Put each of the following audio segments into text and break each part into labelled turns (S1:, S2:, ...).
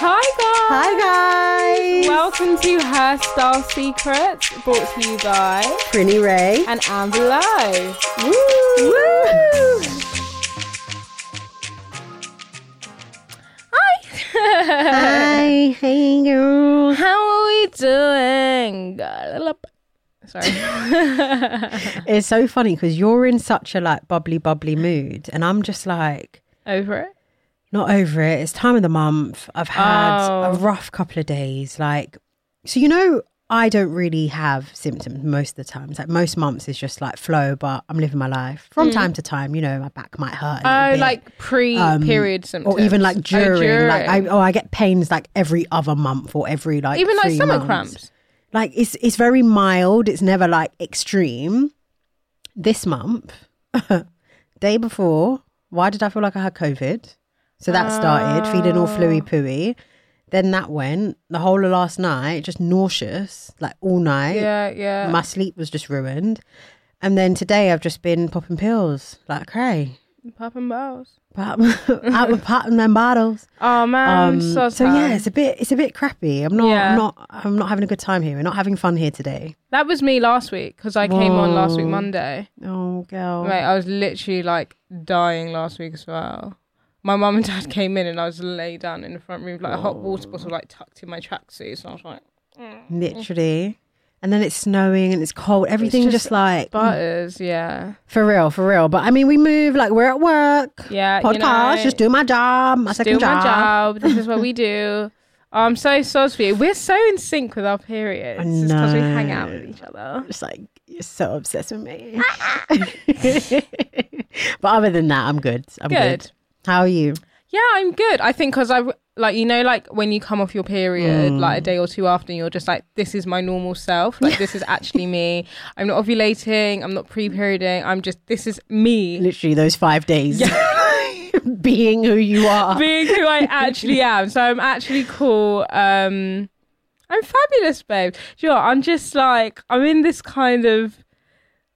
S1: Hi guys!
S2: Hi guys!
S1: Welcome to Hairstyle Secrets, brought to you by
S2: Prinny Ray.
S1: and Amber Lowe.
S2: Woo!
S1: Hi!
S2: Hi, hey girl.
S1: How are we doing? Sorry.
S2: It's so funny because you're in such a like bubbly bubbly mood, and I'm just like
S1: Over it?
S2: not over it. It's time of the month. I've had
S1: Oh.
S2: a rough couple of days. Like, so you know, I don't really have symptoms most of the time. It's like most months is just like flow, but I'm living my life. From time to time, you know, my back might hurt. a little
S1: Mm. Oh,
S2: bit.
S1: like pre
S2: Um,
S1: period symptoms.
S2: Or even like
S1: Oh,
S2: during, like I, oh, I get pains like every other month or every like
S1: even like
S2: three
S1: stomach
S2: months.
S1: cramps.
S2: Like it's it's very mild. It's never like extreme. This month, day before, why did I feel like I had COVID? So that started feeling all
S1: Oh.
S2: fluey pooey. Then that went the whole of last night, just nauseous, like all night.
S1: Yeah, yeah.
S2: My sleep was just ruined. And then today, I've just been popping pills like cray,
S1: Popping balls.
S2: pop, out with popping them bottles.
S1: Oh man,
S2: Um,
S1: I'm so,
S2: so
S1: sad.
S2: yeah, it's a bit it's a bit crappy. I'm not
S1: Yeah.
S2: I'm not I'm not having a good time here. We're not having fun here today.
S1: That was me last week because I came on last week
S2: Whoa.
S1: Monday.
S2: Oh girl.
S1: Mate, I was literally like dying last week as well. My mum and dad came in and I was laid down in the front room, with, like a hot water bottle, like tucked in my tracksuit. So I was like,
S2: Literally. And then it's snowing and it's cold. Everything
S1: just
S2: just, like
S1: butters, yeah.
S2: for real, for real. But I mean we move, like we're at work.
S1: Yeah. you
S2: Podcast,
S1: know,
S2: just do my job, my
S1: just
S2: second
S1: do my
S2: job.
S1: job. This is what we do. I'm so sorry for you. We're so in sync with our periods.
S2: I
S1: It's because we hang
S2: know.
S1: out with each other.
S2: It's like you're so obsessed with me. but other than that, I'm good. I'm good.
S1: Good.
S2: How are you?
S1: Yeah, I'm good. I think because I like you know like when you come off your period like a day or two after, and you're just like, this is my normal self. Like this is actually me. I'm not ovulating. I'm not pre-perioding. I'm just this is me
S2: Literally those five days. Being who you are.
S1: being who I actually am. So I'm actually cool. Um, I'm fabulous, babe. Do you know what? I'm just like I'm in this kind of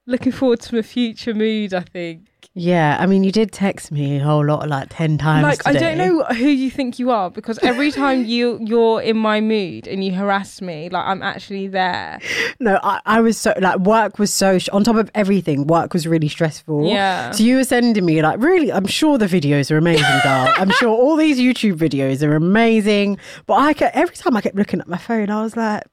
S1: looking forward to my future mood. I think.
S2: Yeah, I mean, you did text me a whole lot, like ten times.
S1: like I
S2: today.
S1: don't know who you think you are because every time you you're in my mood and you harass me, like I'm actually there.
S2: No, I, I was so like work was so sh- on top of everything. Work was really stressful.
S1: Yeah.
S2: So you were sending me like really. I'm sure the videos are amazing, girl. I'm sure all these YouTube videos are amazing. But I kept, every time I kept looking at my phone, I was like.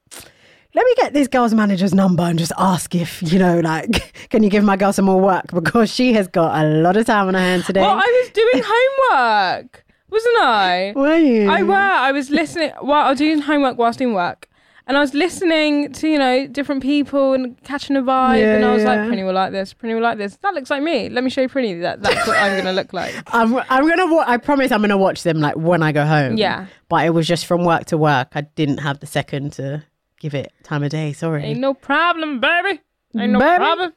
S2: Let me get this girl's manager's number and just ask if, you know, like, can you give my girl some more work? Because she has got a lot of time on her hands today.
S1: Well, I was doing homework, wasn't I?
S2: Were you?
S1: I were. I was listening while I was doing homework whilst in work. And I was listening to, you know, different people and catching a vibe.
S2: Yeah,
S1: and I was like,
S2: yeah.
S1: Prinny will like this, Prinny will like this. That looks like me. Let me show you Prinny. That, that's what I'm going to look like.
S2: I'm, I'm gonna. Wa- I promise I'm gonna watch them like when I go home.
S1: Yeah.
S2: But it was just from work to work. I didn't have the second to give it time of day. Sorry.
S1: Ain't no problem, baby. Ain't no
S2: Baby.
S1: problem.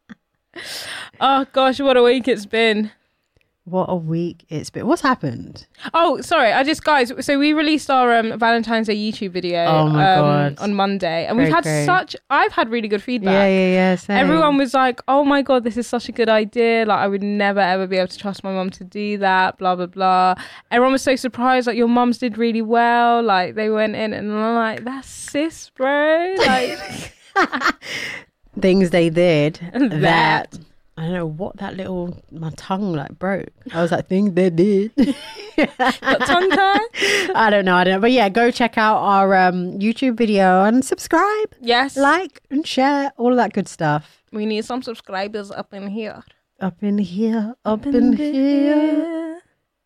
S1: oh gosh, what a week it's been.
S2: What a week it's been. What's happened?
S1: Oh, sorry. I just guys. So we released our um, Valentine's Day YouTube video.
S2: Oh my
S1: um,
S2: God.
S1: On Monday, and we've
S2: Great,
S1: had
S2: great.
S1: such. I've had really good feedback.
S2: Yeah, yeah, yeah. same.
S1: Everyone was like, "Oh my god, this is such a good idea! Like, I would never ever be able to trust my mum to do that." Blah blah blah. Everyone was so surprised. Like, your mums did really well. Like, they went in, and I'm like, "That's sis, bro." Like,
S2: things they did
S1: That.
S2: that. I don't know what that little my tongue like broke. I was like, things they did.
S1: got tongue tie.
S2: I don't know. I don't. know. But yeah, go check out our um, YouTube video and subscribe,
S1: Yes,
S2: like, and share all of that good stuff.
S1: we need some subscribers up in here.
S2: Up in here, up in here.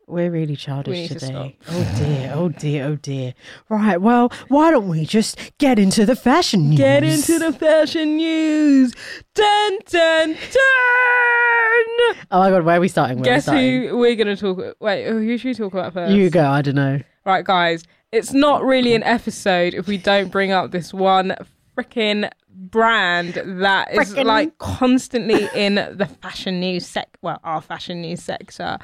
S2: We're really childish
S1: need to
S2: today. oh dear, oh dear, oh dear. Right, well, why don't we just get into the fashion news?
S1: Get into the fashion news. Dun dun dun.
S2: Oh my god, where are we starting? Where
S1: Guess
S2: are we starting?
S1: who we're gonna talk? Wait, who should we talk about first?
S2: You go, I don't know.
S1: Right, guys, it's not really an episode if we don't bring up this one freaking brand that is
S2: Frickin'.
S1: like constantly in the fashion news sec. Well, our fashion news sector.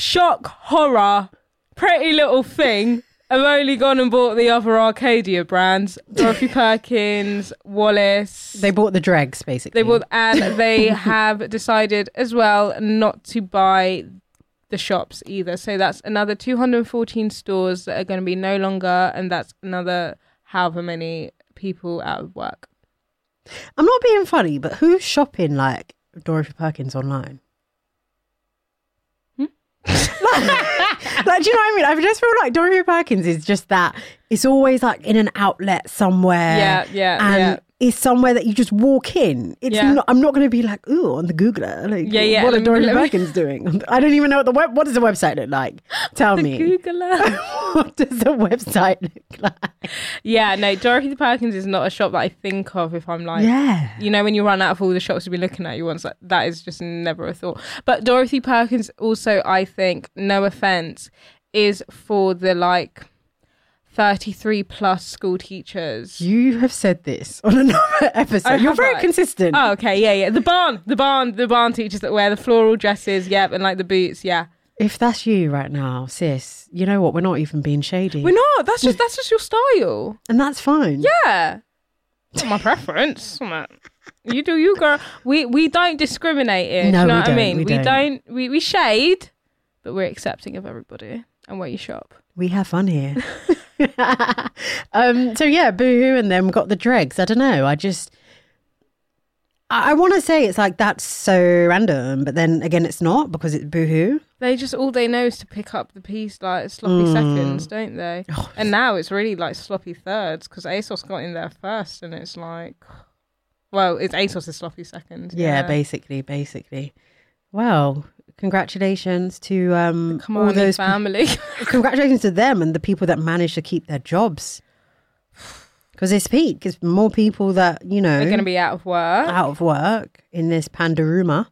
S1: Shock horror, pretty little thing. I've only gone and bought the other Arcadia brands: Dorothy Perkins, Wallace.
S2: They bought the dregs,
S1: They
S2: basically.
S1: will, and they have decided as well not to buy the shops either. So that's another 214 stores that are going to be no longer, and that's another however many people out of work.
S2: I'm not being funny, but who's shopping like Dorothy Perkins online?
S1: Hmm?
S2: like, like, do you know what I mean? I just feel like Dorothy Perkins is just that. It's always like in an outlet somewhere.
S1: Yeah, yeah,
S2: and
S1: yeah.
S2: It's somewhere that you just walk in. It's
S1: Yeah.
S2: not, I'm not going to be like, ooh, on the Googler. Like,
S1: Yeah, yeah,
S2: What
S1: let
S2: are
S1: me-
S2: Dorothy
S1: let me-
S2: Perkins doing? I don't even know what the web. What does the website look like? Tell me.
S1: Googler.
S2: what does the website look like?
S1: yeah, no, Dorothy Perkins is not a shop that I think of if I'm like.
S2: Yeah.
S1: You know, when you run out of all the shops to be looking at you once, like, that is just never a thought. But Dorothy Perkins also, I think, no offense, is for the like 33 plus school teachers.
S2: You have said this on another episode.
S1: Oh,
S2: You're
S1: have
S2: very
S1: I?
S2: consistent.
S1: Oh, okay, yeah, yeah. The barn, the barn, the barn teachers that wear the floral dresses, yep, and like the boots, yeah.
S2: If that's you right now, sis, you know what? We're not even being shady.
S1: We're not. That's just that's just your style.
S2: and that's fine.
S1: Yeah, Not my preference. man. You do you, girl. We we don't discriminate here. do
S2: No,
S1: you know
S2: we
S1: what
S2: don't,
S1: I mean?
S2: we
S1: we
S2: don't.
S1: don't. We we shade, but we're accepting of everybody and where you shop.
S2: We have fun here. um, so, yeah, Boohoo and them got the dregs. I don't know. I just, I, I want to say it's like that's so random, but then again, it's not because it's Boohoo.
S1: They just all they know is to pick up the piece like sloppy
S2: Mm.
S1: seconds, don't they?
S2: Oh,
S1: And now it's really like sloppy thirds because ASOS got in there first, and it's like, well, it's ASOS is sloppy seconds.
S2: Yeah, basically, basically. Well, congratulations to um,
S1: come
S2: all
S1: on,
S2: those. pe-
S1: family.
S2: congratulations to them and the people that manage to keep their jobs. Because it's peak. It's more people that, you know,
S1: They're going to be out of work.
S2: out of work in this Pandaruma.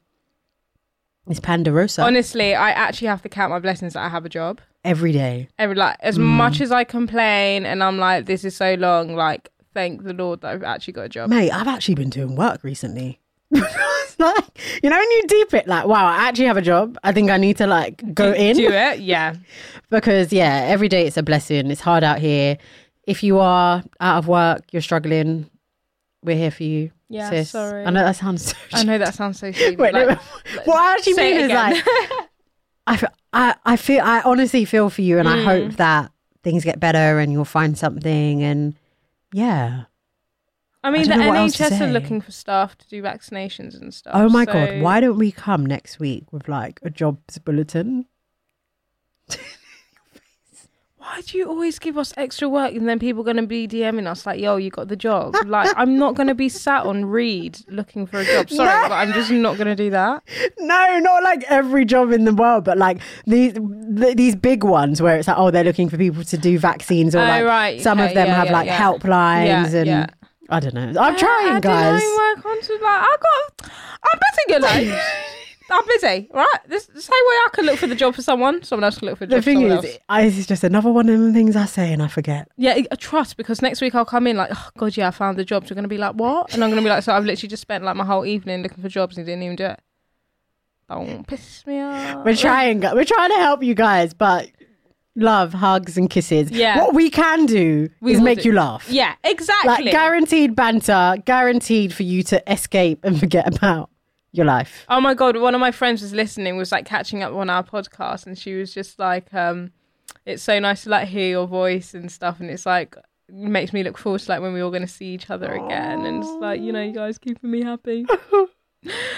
S2: This Pandarosa
S1: Honestly, I actually have to count my blessings that I have a job.
S2: every day.
S1: Every like,
S2: Mm.
S1: as much as I complain, and I'm like, this is so long. Like, thank the Lord that I've actually got a job.
S2: Mate, I've actually been doing work recently. It's like, you know, when you deep it, like, wow, I actually have a job. I think I need to, like, go in.
S1: Do it, yeah.
S2: because yeah, every day it's a blessing. It's hard out here. If you are out of work, you're struggling. We're here for you.
S1: Yeah,
S2: sis.
S1: sorry.
S2: I know that sounds. So
S1: I know that sounds so stupid.
S2: Wait,
S1: like,
S2: no, what I actually
S1: say
S2: mean
S1: it
S2: is
S1: again.
S2: like, I, fe- I, I feel, I honestly feel for you, and
S1: Mm.
S2: I hope that things get better and you'll find something. And yeah,
S1: I mean, the
S2: don't know what else to
S1: NHS
S2: say.
S1: are looking for staff to do vaccinations and stuff.
S2: oh my
S1: so-
S2: god, why don't we come next week with like a jobs bulletin?
S1: Why do you always give us extra work and then people going to be DMing us like, yo, you got the job? Like, I'm not going to be sat on read looking for a job. Sorry,
S2: No.
S1: but I'm just not going to do that.
S2: No, not like every job in the world, but like these th- these big ones where it's like, oh, they're looking for people to do vaccines, or
S1: Oh,
S2: like
S1: right,
S2: some of
S1: okay,
S2: them
S1: yeah,
S2: have
S1: yeah,
S2: like
S1: yeah.
S2: helplines,
S1: Yeah,
S2: and
S1: yeah.
S2: I don't know. I'm trying,
S1: I
S2: guys.
S1: Did I work on to like I got. I'm busy, you know. I'm busy, right? This the same way I can look for the job for someone, someone else can look for the job
S2: The thing
S1: for
S2: is,
S1: someone else.
S2: I, it's just another one of the things I say and I forget.
S1: Yeah, I- I trust because next week I'll come in like, oh god, yeah, I found the jobs. You're gonna be like, what? And I'm gonna be like, so I've literally just spent like my whole evening looking for jobs and didn't even do it. Don't piss me off.
S2: We're trying, gu- we're trying to help you guys, but love, hugs, and kisses.
S1: Yeah.
S2: What we can do
S1: We
S2: is
S1: will
S2: make
S1: do.
S2: you laugh.
S1: Yeah,
S2: Like
S1: exactly.
S2: guaranteed banter, guaranteed for you to escape and forget about your life.
S1: Oh my god, one of my friends was listening, was like catching up on our podcast, and she was just like, um, "It's so nice to like hear your voice and stuff," and it's like makes me look forward to like when we're all going to see each other again, and it's like you know, you guys keeping me happy.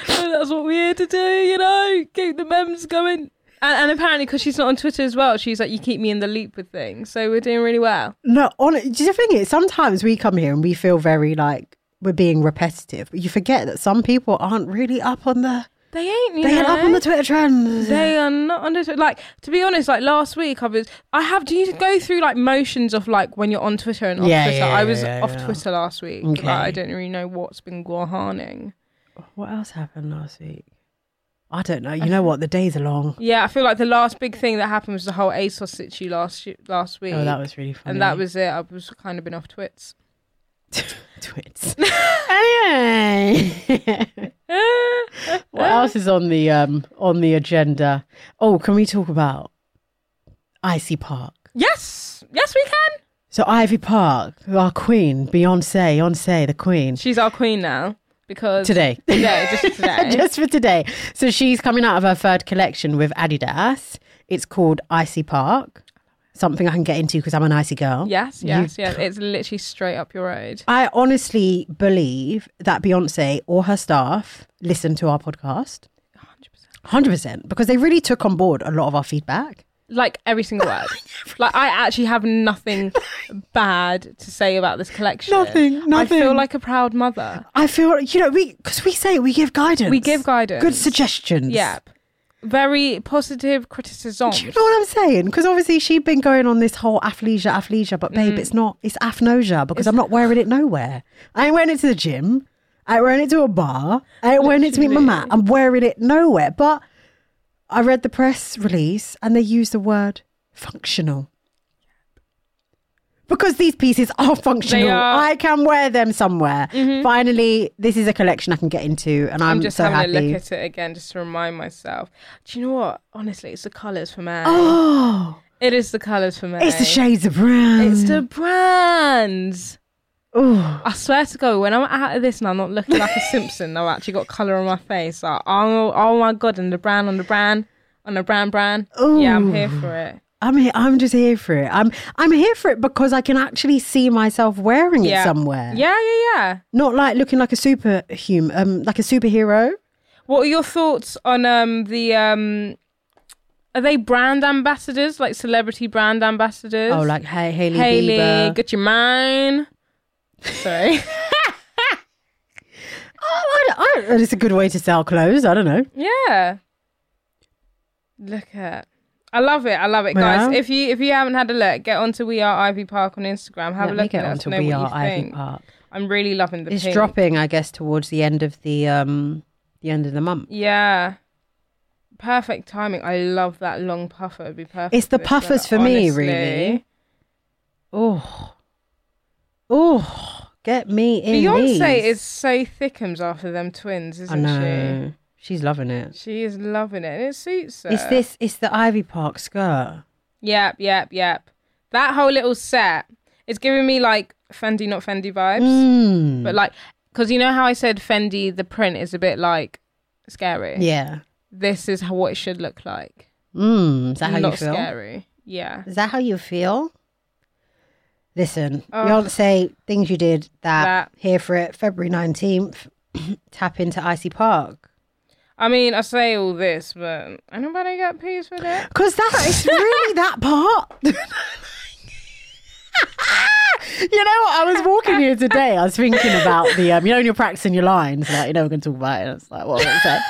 S1: So that's what we're here to do, you know, keep the memes going. And, and apparently, because she's not on Twitter as well, she's like, "You keep me in the loop with things," so we're doing really well.
S2: No, honestly, the thing is, sometimes we come here and we feel very like we're being repetitive, but you forget that some people aren't really up on the
S1: They ain't. You
S2: They
S1: know?
S2: hit up on the Twitter trends.
S1: They are not on Twitter. Like to be honest, like last week I was. I have. Do you go through like motions of like when you're on Twitter and off
S2: Yeah,
S1: Twitter?
S2: yeah,
S1: I was
S2: yeah,
S1: off
S2: yeah.
S1: Twitter last week.
S2: Okay.
S1: Like, I don't really know what's been going on.
S2: What else happened last week? I don't know. You know what? The days are long.
S1: Yeah, I feel like the last big thing that happened was the whole ASOS situ last y- last week.
S2: Oh, that was really funny.
S1: and that was it. I was kind of been off Twits.
S2: twits. anyway, what else is on the um on the agenda? Oh, can we talk about Icy Park?
S1: Yes, yes, we can.
S2: So Ivy Park, our queen, Beyonce, Beyonce, the queen.
S1: She's our queen now because
S2: Today.
S1: Yeah, just today.
S2: just for today. So she's coming out of her third collection with Adidas. It's called Icy Park. Something I can get into because I'm an icy girl.
S1: yes,
S2: You-
S1: yes, yes. It's literally straight up your road.
S2: I honestly believe that Beyonce or her staff listen to our podcast. 100%. Because they really took on board a lot of our feedback.
S1: like every single word. like I actually have nothing bad to say about this collection.
S2: Nothing,
S1: I feel
S2: nothing.
S1: like a proud mother.
S2: I feel, you know, we because we say we give guidance.
S1: We give guidance.
S2: Good suggestions.
S1: Yep. Very positive criticism.
S2: Do you know what I'm saying? Because obviously she'd been going on this whole athleisure, athleisure, but
S1: Mm.
S2: babe, it's not. It's aphnosia because I'm not wearing it nowhere. I ain't wearing it to the gym. I ain't wearing it to a bar. I ain't wearing it to meet my mat. I'm wearing it nowhere. But I read the press release and they used the word functional. Because these pieces are functional.
S1: They are. Mm-hmm.
S2: I can wear them somewhere. Finally, this is a collection I can get into and I'm,
S1: I'm just
S2: so
S1: having
S2: happy.
S1: a look at it again just to remind myself. Do you know what? Honestly, it's the colours for me.
S2: oh,
S1: It is the colours for me.
S2: it's the shades of brown.
S1: It's the brands.
S2: Ooh.
S1: I swear to God, when I'm out of this and I'm not looking like a Simpson, I've actually got colour on my face. Like, oh, oh my God, and the brand on the brand, on the brand brand. Yeah, I'm here for it.
S2: I'm here, I'm just here for it. I'm I'm here for it because I can actually see myself wearing it
S1: Yeah.
S2: somewhere.
S1: Yeah, yeah, yeah.
S2: Not like looking like a superhuman, um, like a superhero.
S1: What are your thoughts on um the um are they brand ambassadors, like celebrity brand ambassadors?
S2: Oh, like hey, Haley,
S1: Haley,
S2: Bieber.
S1: get your mine. Sorry.
S2: Oh, I don't- I don't- it's a good way to sell clothes. I don't know.
S1: yeah. Look at I love it. I love it, guys.
S2: Yeah.
S1: If you if you haven't had a look, get onto We Are Ivy Park on Instagram. Have
S2: Let
S1: a
S2: me
S1: look
S2: get
S1: and let us
S2: onto
S1: know
S2: We
S1: what
S2: Are
S1: you
S2: Ivy
S1: think.
S2: Park.
S1: I'm really loving the
S2: It's
S1: pink.
S2: dropping, I guess, towards the end of the um the end of the month.
S1: Yeah. Perfect timing. I love that long puffer. It'd be perfect.
S2: It's the
S1: for this weather,
S2: puffers for me,
S1: honestly.
S2: really. Oh, oh, get me in. these.
S1: Beyonce is so thickums after them twins,
S2: I
S1: isn't she?
S2: know. She's loving it.
S1: She is loving it, and it suits her.
S2: It's this. It's the Ivy Park skirt.
S1: Yep, yep, yep. That whole little set is giving me like Fendi, not Fendi vibes,
S2: Mm.
S1: but like because you know how I said Fendi, the print is a bit like scary.
S2: Yeah.
S1: This is how, what it should look like.
S2: Mm. Is that how
S1: not
S2: you feel?
S1: scary. Yeah.
S2: Is that how you feel? Listen,
S1: Ugh.
S2: Beyonce, things you did that,
S1: Oh. That.
S2: here for it, February 19th, tap into Icy Park.
S1: I mean, I say all this, but anybody got peace with it?
S2: Because that is really that part. you know what? I was walking here today. I was thinking about the, um, you know, when you're practicing your lines, like, you know, we're going to talk about it. It's like, what am I going to say?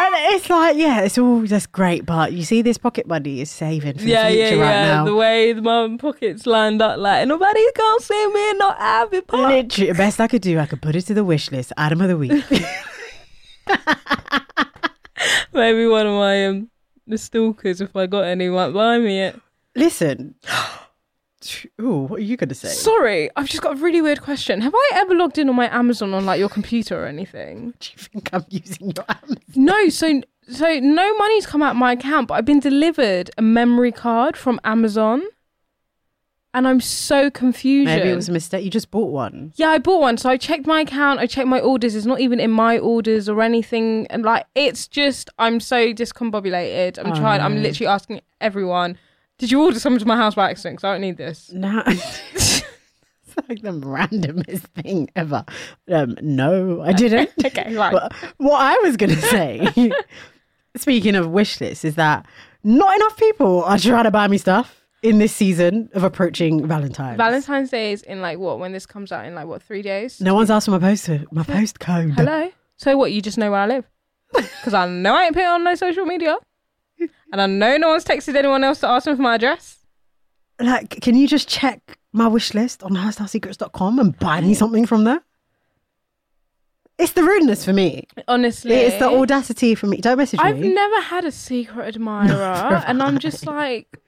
S2: And it's like, yeah, it's all just great, but you see, this pocket money is saving for the future right now.
S1: The way my pockets lined up, like nobody gonna see me not happy.
S2: Literally, the best I could do, I could put it to the wish list. Adam of the week.
S1: Maybe one of my um the stalkers, if I got any, might buy me it.
S2: Listen. Ooh, what are you going to say?
S1: Sorry, I've just got a really weird question. Have I ever logged in on my Amazon on like your computer or anything?
S2: do you think I'm using your Amazon?
S1: No, so so no money's come out my account, but I've been delivered a memory card from Amazon, and I'm so confused.
S2: Maybe it was a mistake. You just bought one.
S1: Yeah, I bought one. So I checked my account. I checked my orders. It's not even in my orders or anything. And like, it's just I'm so discombobulated.
S2: Oh,
S1: I'm trying. I'm literally asking everyone, did you order something to my house by accident? Because I don't need this.
S2: No. it's like the randomest thing ever. Um, no, I didn't.
S1: Okay, right.
S2: But what I was going to say, speaking of wish lists, is that not enough people are trying to buy me stuff in this season of approaching Valentine's.
S1: Valentine's Day is in like what when this comes out in like what three days?
S2: no one's asked for my post my postcode.
S1: Hello. So what? You just know where I live. because I know I ain't put it on no social media, and I know no one's texted anyone else to ask me for my address.
S2: Like, can you just check my wish list on househouseSecrets.com and buy me something from there? It's the rudeness for me.
S1: Honestly,
S2: It's the audacity for me. Don't message
S1: Eh? I've
S2: me.
S1: never had a secret admirer, and I'm just like,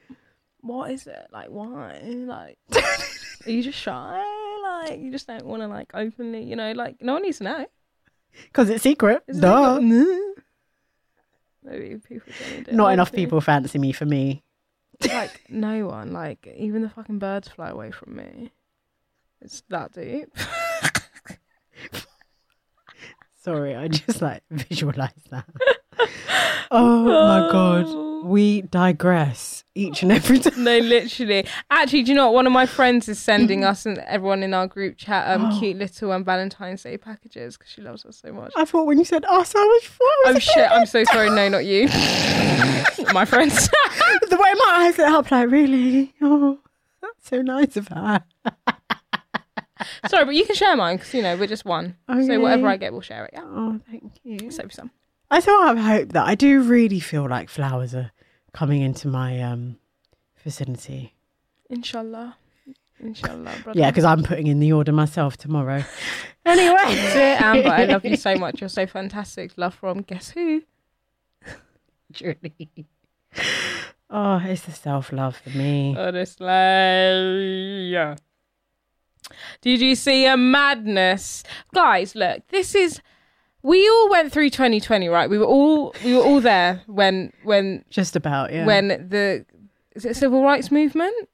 S1: what is it? Like, why? Like, are you just shy? Like, you just don't want to like openly, you know? Like, no one needs to know.
S2: Because it's secret.
S1: It's
S2: Duh.
S1: like- Maybe people don't do it,
S2: Not enough
S1: like,
S2: people fancy me for me.
S1: Like no one. Like even the fucking birds fly away from me. It's that deep.
S2: Sorry, I just like visualize that. oh my god. We digress each and every time.
S1: No, literally. Actually, do you know what? One of my friends is sending us and everyone in our group chat
S2: Oh.
S1: um cute little um, Valentine's Day packages because she loves us so much.
S2: I thought when you said us, I was frozen.
S1: Oh shit! I'm so sorry. No, not you. my friends.
S2: The way my eyes lit up, like, really? Oh, that's so nice of her.
S1: sorry, but you can share mine because you know we're just one.
S2: Okay.
S1: So whatever I get, we'll share it. Yeah.
S2: Oh, thank you.
S1: Save you some.
S2: I still have hope that I do really feel like flowers are coming into my um vicinity.
S1: Inshallah. Inshallah, brother.
S2: Yeah, because I'm putting in the order myself tomorrow. anyway,
S1: Dear Amber, I love you so much. You're so fantastic. Love from guess who?
S2: Julie. Oh, it's the self love for me.
S1: Honestly. Did you see a madness? Guys, look, this is we all went through 2020, right? We were all we were all there when when
S2: Just about, yeah.
S1: when the is it civil rights movement?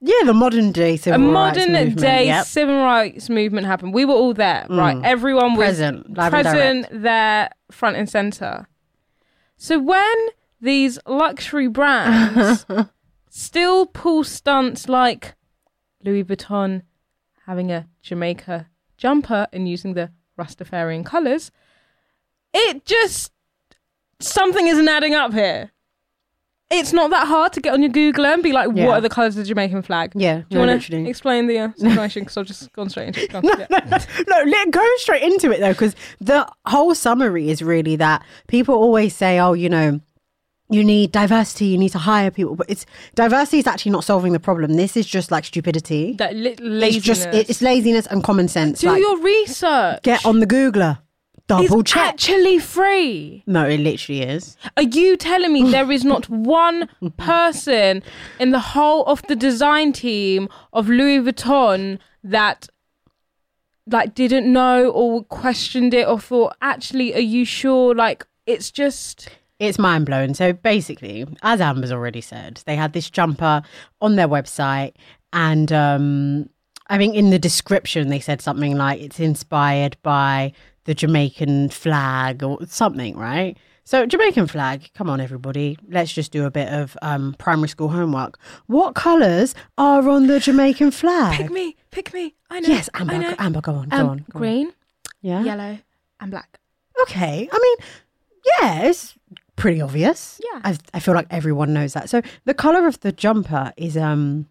S2: yeah, the modern day civil
S1: a
S2: rights
S1: modern
S2: movement,
S1: day
S2: yep. Mm.
S1: civil rights movement happened. We were all there, right? Everyone was
S2: Present, live and
S1: present, there, front and center. So when these luxury brands still pull stunts like Louis Vuitton having a Jamaica jumper and using the Rastafarian colors, it just something isn't adding up here. It's not that hard to get on your Google and be like,
S2: Yeah.
S1: "What are the colours of the Jamaican flag?"
S2: Yeah,
S1: Do you
S2: no,
S1: want
S2: literally.
S1: to explain the uh, situation? Because I've just gone straight into it. Go on. Yeah.
S2: no, let go straight into it though, because the whole summary is really that people always say, "Oh, you know, you need diversity, you need to hire people," but it's diversity is actually not solving the problem. This is just like stupidity.
S1: That li- laziness.
S2: It's just it- it's laziness and common sense.
S1: Do
S2: like,
S1: your research.
S2: get on the Googler, double
S1: it's
S2: check.
S1: actually free.
S2: no, it literally is.
S1: Are you telling me there is not one person in the whole of the design team of Louis Vuitton that like didn't know or questioned it or thought, actually, are you sure? Like, it's just
S2: It's mind blowing. So basically, as Amber's already said, they had this jumper on their website, and um, I think in the description they said something like it's inspired by the Jamaican flag or something, right? So Jamaican flag, come on everybody, let's just do a bit of um, primary school homework. What colours are on the Jamaican flag?
S1: pick me, pick me. I know.
S2: Yes,
S1: I
S2: Amber,
S1: know.
S2: Amber, go on, go
S1: Um,
S2: on. go on.
S1: green,
S2: yeah,
S1: yellow, and black.
S2: Okay. I mean, yeah, it's pretty obvious.
S1: Yeah.
S2: I, I feel like everyone knows that. So the color of the jumper is um,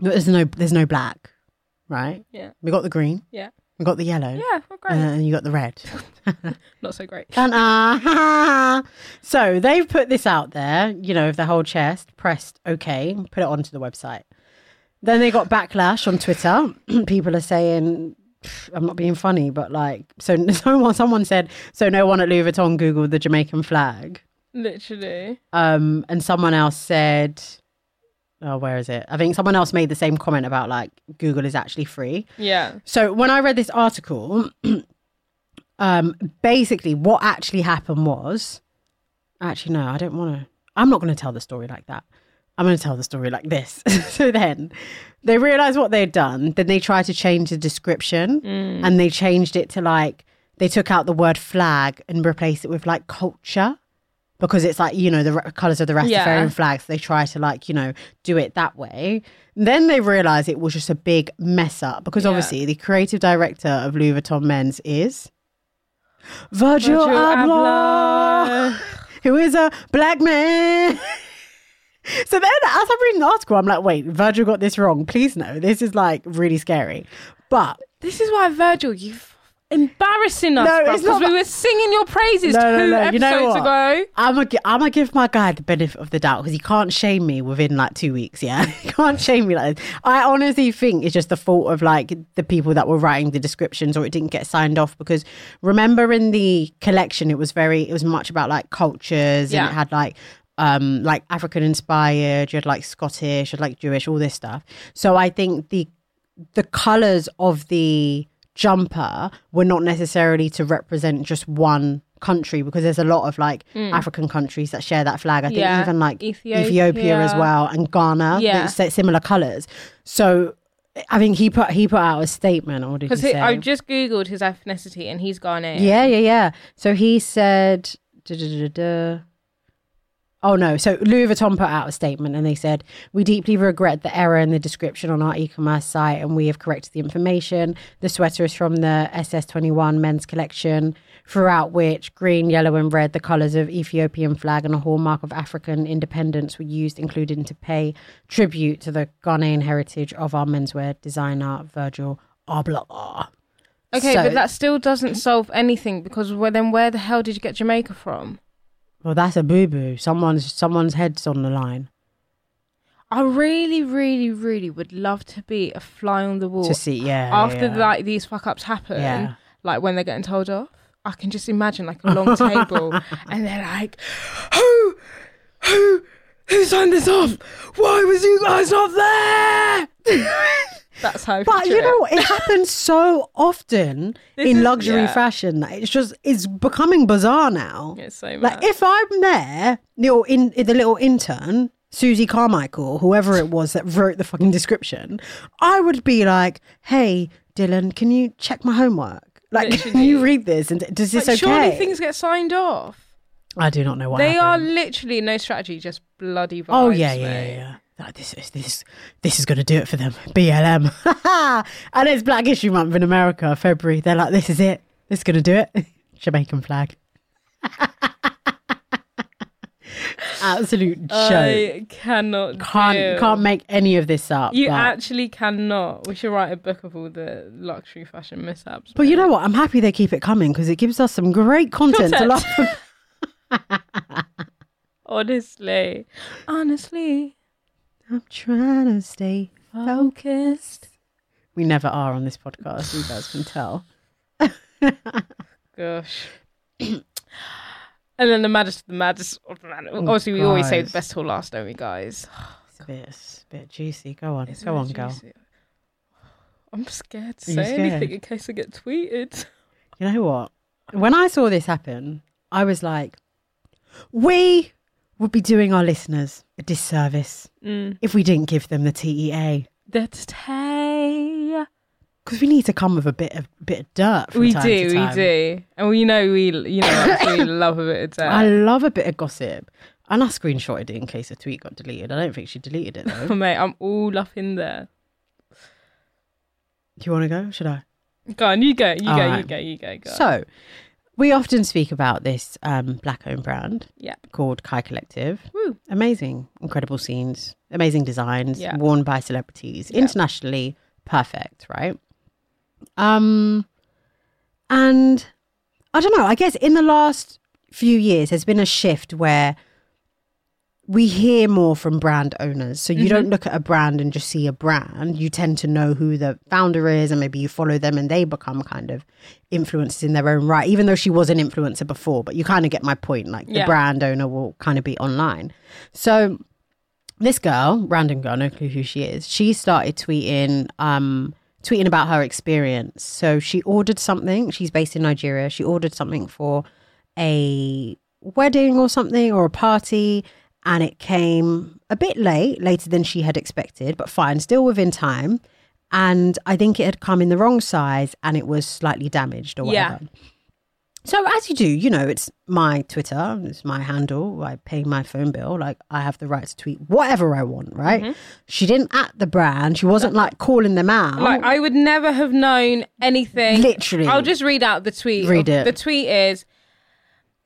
S2: there's no there's no black, right?
S1: Yeah.
S2: We got the green.
S1: Yeah.
S2: We got the yellow. Uh,
S1: Yeah, well, great.
S2: And you got the red.
S1: Not so great.
S2: Ta-da! so they've put this out there, you know, of the whole chest, pressed okay, put it onto the website. Then they got backlash on Twitter. People are saying, "Pff, I'm not being funny, but like, so someone, someone said, so no one at Louis Vuitton Googled the Jamaican flag.
S1: Literally.
S2: Um, and someone else said, oh, where is it? I think someone else made the same comment about like, Google is actually free.
S1: Yeah.
S2: So when I read this article, um, basically what actually happened was, actually no, I don't want to. I'm not going to tell the story like that. I'm going to tell the story like this. so then they realized what they'd done. Then they tried to change the description, and they changed it to like they took out the word flag and replaced it with like culture. Because it's like, you know, the colours of the Rastafarian
S1: Yeah.
S2: flags. They try to, like, you know, do it that way. Then they realise it was just a big mess up because
S1: Yeah.
S2: obviously the creative director of Louis Vuitton Men's is Virgil,
S1: Virgil
S2: Abloh,
S1: Abloh.
S2: who is a black man. so then, as I'm reading the article, I'm like, wait, Virgil got this wrong. Please no, this is like really scary. But
S1: This is why Virgil, you embarrassing us
S2: No,
S1: because
S2: it's not
S1: we
S2: that-
S1: were singing your praises
S2: No,
S1: two
S2: no, no.
S1: episodes
S2: You know what?
S1: ago.
S2: I'm gonna gi- I'm gonna give my guy the benefit of the doubt because he can't shame me within like two weeks. Yeah, he can't shame me like this. I honestly think it's just the fault of like the people that were writing the descriptions or it didn't get signed off because remember in the collection it was very it was much about like cultures
S1: Yeah.
S2: and it had like. Um, like African inspired, you had like Scottish, you had like Jewish, all this stuff. So I think the the colors of the jumper were not necessarily to represent just one country because there's a lot of like African countries that share that flag. I think
S1: Hmm. Yeah.
S2: even like
S1: Ethiopia.
S2: Ethiopia, as well and Ghana,
S1: Yeah.
S2: yeah, similar colors. So I think he put he put out a statement. Or did he
S1: Because he-
S2: say?
S1: I just googled his ethnicity and he's Ghanaian.
S2: Yeah, yeah, yeah. So he said, duh, duh, duh, duh, duh. oh no. So Louis Vuitton put out a statement and they said, We deeply regret the error in the description on our e commerce site and we have corrected the information. The sweater is from the SS21 men's collection, throughout which green, yellow, and red, the colors of Ethiopian flag and a hallmark of African independence were used, including to pay tribute to the Ghanaian heritage of our menswear designer, Virgil Abloh.
S1: Okay,
S2: So-
S1: but that still doesn't solve anything because where, then where the hell did you get Jamaica from?
S2: Well, that's a boo boo. Someone's someone's head's on the line
S1: I really, really, really would love to be a fly on the wall
S2: to see. Yeah.
S1: after
S2: yeah.
S1: like these fuck ups happen,
S2: Yeah.
S1: like when they're getting told off, I can just imagine like a long table and they're like, Who who who signed this off? Why was you guys not there? That's how I
S2: But
S1: picture
S2: you know,
S1: it.
S2: what? it happens so often
S1: This
S2: in
S1: is-
S2: luxury
S1: yeah.
S2: fashion that it's just it's becoming bizarre now.
S1: It's so
S2: like
S1: mad.
S2: if I'm there, little in the little intern Susie Carmichael, whoever it was that wrote the fucking description, I would be like, "Hey, Dylan, can you check my homework? Like, can you read this? And does this
S1: Like, surely
S2: okay?"
S1: things get signed off.
S2: I do not know what
S1: They
S2: happened.
S1: are literally no strategy, just bloody vibes.
S2: Oh yeah, yeah,
S1: mate.
S2: yeah, yeah. Like, this is this this is gonna do it for them. BLM, and it's Black History Month in America, February. They're like, this is it. This is gonna do it. Jamaican flag. Absolute joke.
S1: I cannot.
S2: Can't
S1: deal.
S2: can't make any of this up.
S1: You
S2: but,
S1: actually cannot. We should write a book of all the luxury fashion mishaps.
S2: but you know what? I'm happy they keep it coming because it gives us some great content, to
S1: Content.
S2: laugh. at.
S1: Honestly, honestly,
S2: I'm trying to stay.
S1: Oh, focused.
S2: We never are on this podcast. You guys can tell.
S1: Gosh. and then the maddest of the maddest. of the mad- Obviously, we always say the
S2: Oh, guys.
S1: best till last, don't we, guys?
S2: It's a bit, it's a bit juicy. Go on, go on, girl.
S1: I'm scared to
S2: Are you
S1: say anything
S2: scared?
S1: in case I get tweeted.
S2: You know what? When I saw this happen, I was like, we would be doing our listeners a disservice if we didn't give them the E TEA.
S1: That's Tay.
S2: Because we need to come with a bit of bit of dirt. From
S1: we
S2: time
S1: do,
S2: to
S1: we
S2: time.
S1: do, and we know we, you know, us, we love a bit of
S2: I
S1: dirt.
S2: love a bit of gossip. And I screenshotted it in case a tweet got deleted. I don't think she deleted it though.
S1: Mate, I'm all up in there.
S2: do you want to go? Should I?
S1: Go on, you go, you go, you
S2: Alright.
S1: go, you go, go.
S2: So, we often speak about this um, black-owned brand
S1: yeah,
S2: called Kai Collective.
S1: woo,
S2: amazing, incredible scenes, amazing designs,
S1: Yeah.
S2: worn by celebrities,
S1: Yeah.
S2: internationally perfect, right? Um, and I don't know. I guess in the last few years, there's been a shift where we hear more from brand owners. So you
S1: Mm-hmm.
S2: don't look at a brand and just see a brand. You tend to know who the founder is, and maybe you follow them, and they become kind of influencers in their own right. Even though she was an influencer before, but you kind of get my point. Like
S1: Yeah.
S2: the brand owner will kind of be online. So this girl, random girl, no clue who she is. She started tweeting, um, tweeting about her experience. So she ordered something. She's based in Nigeria. She ordered something for a wedding or something or a party, and it came a bit late, later than she had expected, but fine, still within time. And I think it had come in the wrong size, and it was slightly damaged or
S1: Yeah.
S2: whatever. So as you do, you know, it's my Twitter, it's my handle. I pay my phone bill. Like I have the right to tweet whatever I want, right? She didn't at the brand. She wasn't like calling them out.
S1: Like I would never have known anything.
S2: Oh. Literally.
S1: I'll just read out the tweet.
S2: Read it.
S1: The tweet is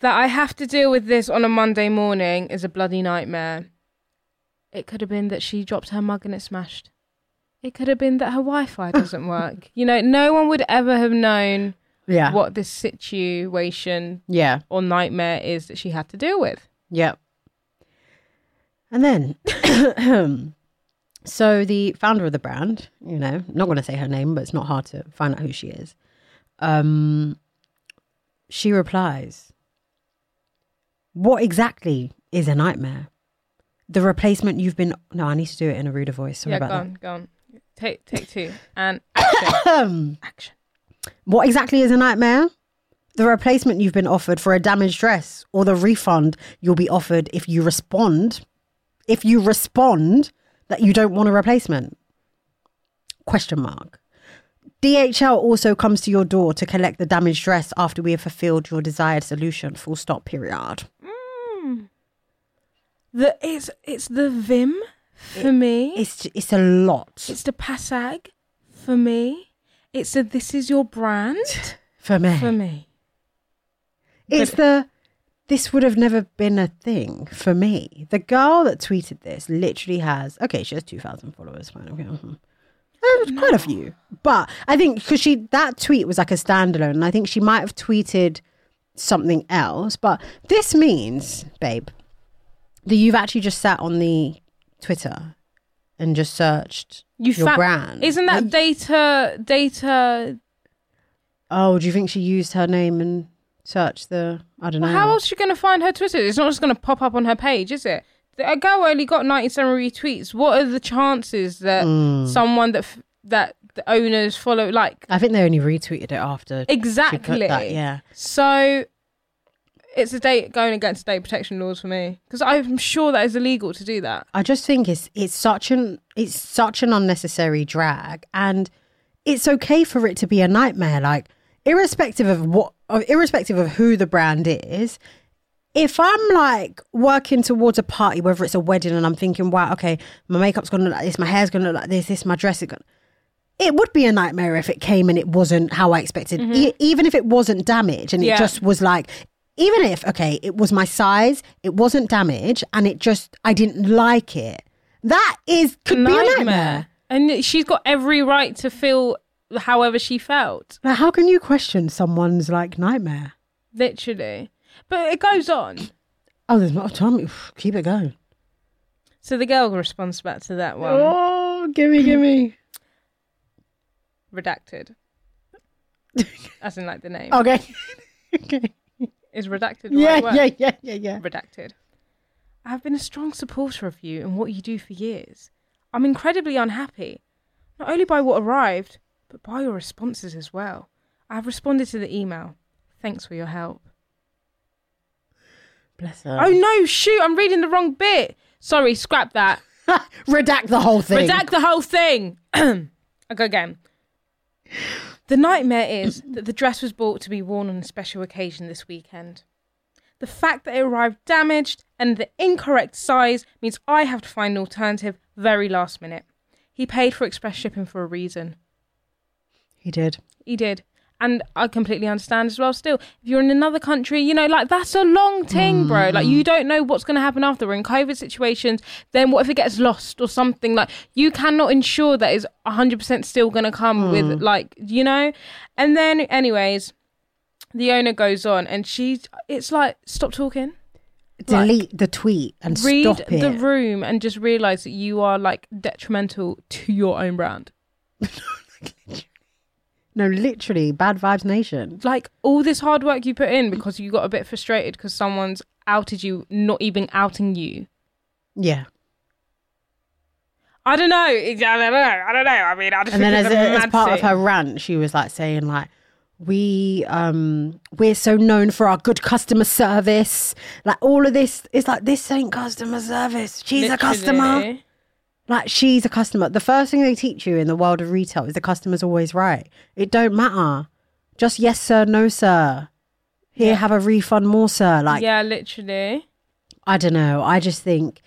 S1: that I have to deal with this on a Monday morning is a bloody nightmare. It could have been that she dropped her mug and it smashed. It could have been that her Wi-Fi doesn't work. You know, no one would ever have known
S2: Yeah.
S1: what this situation
S2: Yeah.
S1: or nightmare is that she had to deal with.
S2: Yep. And then, so the founder of the brand, you know, not going to say her name, but it's not hard to find out who she is. Um, she replies, What exactly is a nightmare? The replacement you've been. No, I need to do it in a ruder voice. Sorry
S1: yeah,
S2: about
S1: go
S2: that.
S1: on, go on. Take take two and action. action.
S2: What exactly is a nightmare? The replacement you've been offered for a damaged dress or the refund you'll be offered if you respond. If you respond that you don't want a replacement. Question mark. DHL also comes to your door to collect the damaged dress after we have fulfilled your desired solution. Full stop, period.
S1: The it's it's the vim for me.
S2: It's it's a lot
S1: It's the Passag for me. It's a this is your brand
S2: for me.
S1: for me.
S2: It's
S1: But-
S2: the this would have never been a thing for me. The girl that tweeted this literally has okay, she has two thousand followers. Fine, okay, mhm. Uh, quite a few, but I think because she that tweet was like a standalone, and I think she might have tweeted something else. But this means, babe, that you've actually just sat on the Twitter and just searched
S1: You
S2: your
S1: fa-
S2: brand.
S1: Isn't that data data
S2: Oh, do you think she used her name and searched the? I don't know.
S1: How else you gonna find her Twitter? It's not just gonna pop up on her page, is it? The- A girl only got ninety-seven retweets. What are the chances that
S2: Hmm.
S1: someone that f- that the owners follow, like
S2: I think they only retweeted it after
S1: exactly?
S2: that, yeah.
S1: So it's a date going against data protection laws for me because I'm sure that is illegal to do that.
S2: I just think it's it's such an it's such an unnecessary drag, and it's okay for it to be a nightmare. Like irrespective of what, of, irrespective of who the brand is, if I'm like working towards a party, whether it's a wedding, and I'm thinking, wow, okay, my makeup's gonna look like this, my hair's gonna look like this, this, my dress is gonna. It would be a nightmare if it came and it wasn't how I expected, E- even if it wasn't damaged and
S1: Yeah.
S2: it just was like, even if, okay, it was my size, it wasn't damaged, and it just, I didn't like it. That is, could be a nightmare.
S1: and she's got every right to feel however she felt.
S2: Like, how can you question someone's like nightmare?
S1: Literally. But it goes on.
S2: Oh, there's not a time. Keep it going.
S1: So the girl responds back to that one.
S2: Oh, gimme, gimme.
S1: Redacted. As in like the name.
S2: Okay. okay.
S1: Is redacted the
S2: Oh. Yeah,
S1: right word?
S2: yeah, yeah, yeah, yeah.
S1: Redacted. I have been a strong supporter of you and what you do for years. I'm incredibly unhappy, not only by what arrived, but by your responses as well. I have responded to the email. Thanks for your help.
S2: Bless her.
S1: Oh no, shoot, I'm reading the wrong bit. Sorry, scrap that.
S2: Oh, Redact the whole thing.
S1: Redact the whole thing. I go again. The nightmare is that the dress was bought to be worn on a special occasion this weekend. The fact that it arrived damaged and the incorrect size means I have to find an alternative very last minute. He paid for express shipping for a reason.
S2: He did.
S1: He did. And I completely understand as well. Still, if you're in another country, you know, like that's a long thing, bro.
S2: Mm.
S1: Like you don't know what's going to happen after. We're in COVID situations. Then what if it gets lost or something? Like you cannot ensure that it's 100% still going to come with,
S2: Mm.
S1: like, you know? And then, anyways, the owner goes on and she, it's like, stop talking.
S2: Delete the tweet and
S1: Read
S2: stop it.
S1: the room and just realize that you are like detrimental to your own brand.
S2: no, literally, bad vibes nation.
S1: like all this hard work you put in because you got a bit frustrated because someone's outed you, not even outing you.
S2: Yeah.
S1: I don't know. I don't know. I don't know. I mean, I just
S2: And then
S1: think
S2: as,
S1: it's a
S2: as
S1: mad
S2: part of
S1: scene.
S2: her rant, she was like saying like, we um we're so known for our good customer service. Like all of this it's like this ain't customer service. She's a customer.
S1: Literally.
S2: Like she's a customer. The first thing they teach you in the world of retail is the customer's always right. It don't matter. Just yes sir, no sir. Here have a refund more sir. Like
S1: yeah, literally.
S2: I don't know. I just think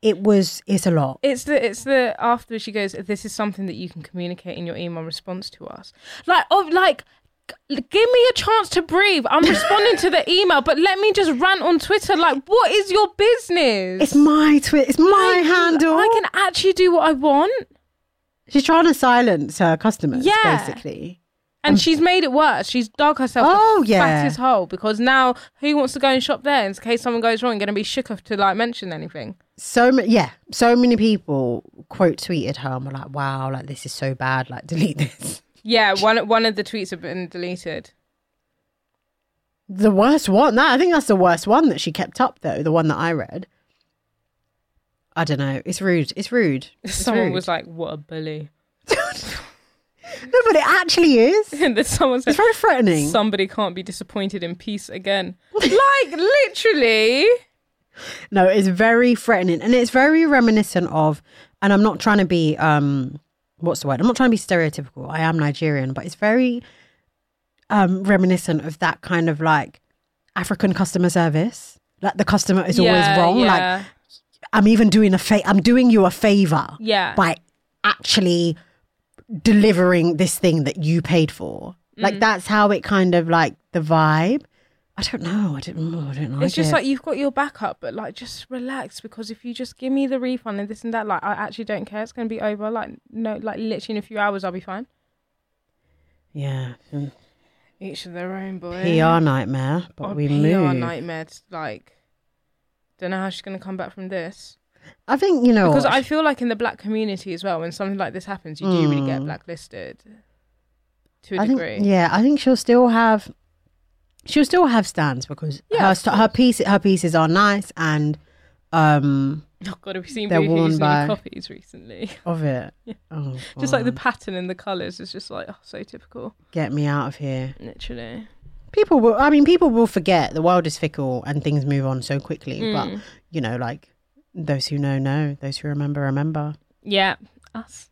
S2: it was it's a lot.
S1: It's the it's the after she goes. This is something that you can communicate in your email response to us. Like oh, like g- give me a chance to breathe. I'm responding to the email, but let me just rant on Twitter. Like, what is your business?
S2: It's my tweet. It's my
S1: I can-
S2: handle.
S1: I can actually do what I want.
S2: She's trying to silence her customers,
S1: Yeah.
S2: basically.
S1: And she's made it worse. She's dug herself
S2: Oh,
S1: oh, the
S2: yeah.
S1: fattest hole because now who wants to go and shop there in case someone goes wrong? Going to be shook off to like mention anything.
S2: so ma- yeah, so many people quote tweeted her and were like, "Wow, like this is so bad. Like delete this."
S1: Yeah, one one of the tweets have been deleted.
S2: The worst one. That I think that's the worst one that she kept up though. The one that I read. I don't know. It's rude. It's rude. It's
S1: someone
S2: rude.
S1: was like, "What a bully!"
S2: no, but it actually is.
S1: and then someone
S2: It's
S1: said,
S2: very threatening.
S1: "Somebody can't be disappointed in peace again." like literally.
S2: No, it's very threatening and it's very reminiscent of and I'm not trying to be um what's the word? I'm not trying to be stereotypical. I am Nigerian, but it's very um reminiscent of that kind of like African customer service. Like the customer is always wrong.
S1: Yeah,
S2: Like I'm even doing a fa- I'm doing you a favor
S1: yeah.
S2: by actually delivering this thing that you paid for. Like
S1: Mm.
S2: that's how it kind of like the vibe. I don't know. I don't, I don't like
S1: it's just
S2: it.
S1: like you've got your backup, but like just relax because if you just give me the refund and this and that, like I actually don't care. It's gonna be over. Like no, like literally in a few hours, I'll be fine.
S2: yeah.
S1: Each of their own, boy.
S2: PR nightmare, but
S1: Our
S2: we
S1: PR
S2: move.
S1: nightmares. Like, don't know how she's gonna come back from this.
S2: I think you know
S1: Because
S2: what?
S1: I feel like in the black community as well, when something like this happens, you do really get blacklisted to a
S2: Mm. I
S1: degree.
S2: think yeah, I think she'll still have she'll still have stands because
S1: Yeah,
S2: her
S1: of
S2: st- her piece her pieces are nice and um
S1: Oh god, have you seen
S2: They're worn
S1: Boohoo's new
S2: by-
S1: copies recently?
S2: of it. Oh,
S1: just like the
S2: God.
S1: pattern and the colours is just like oh, so typical.
S2: get me out of here.
S1: Literally.
S2: People will. I mean, people will forget. The world is fickle and things move on so quickly.
S1: Hmm.
S2: But you know, like those who know know. Those who remember remember.
S1: Yeah. Us.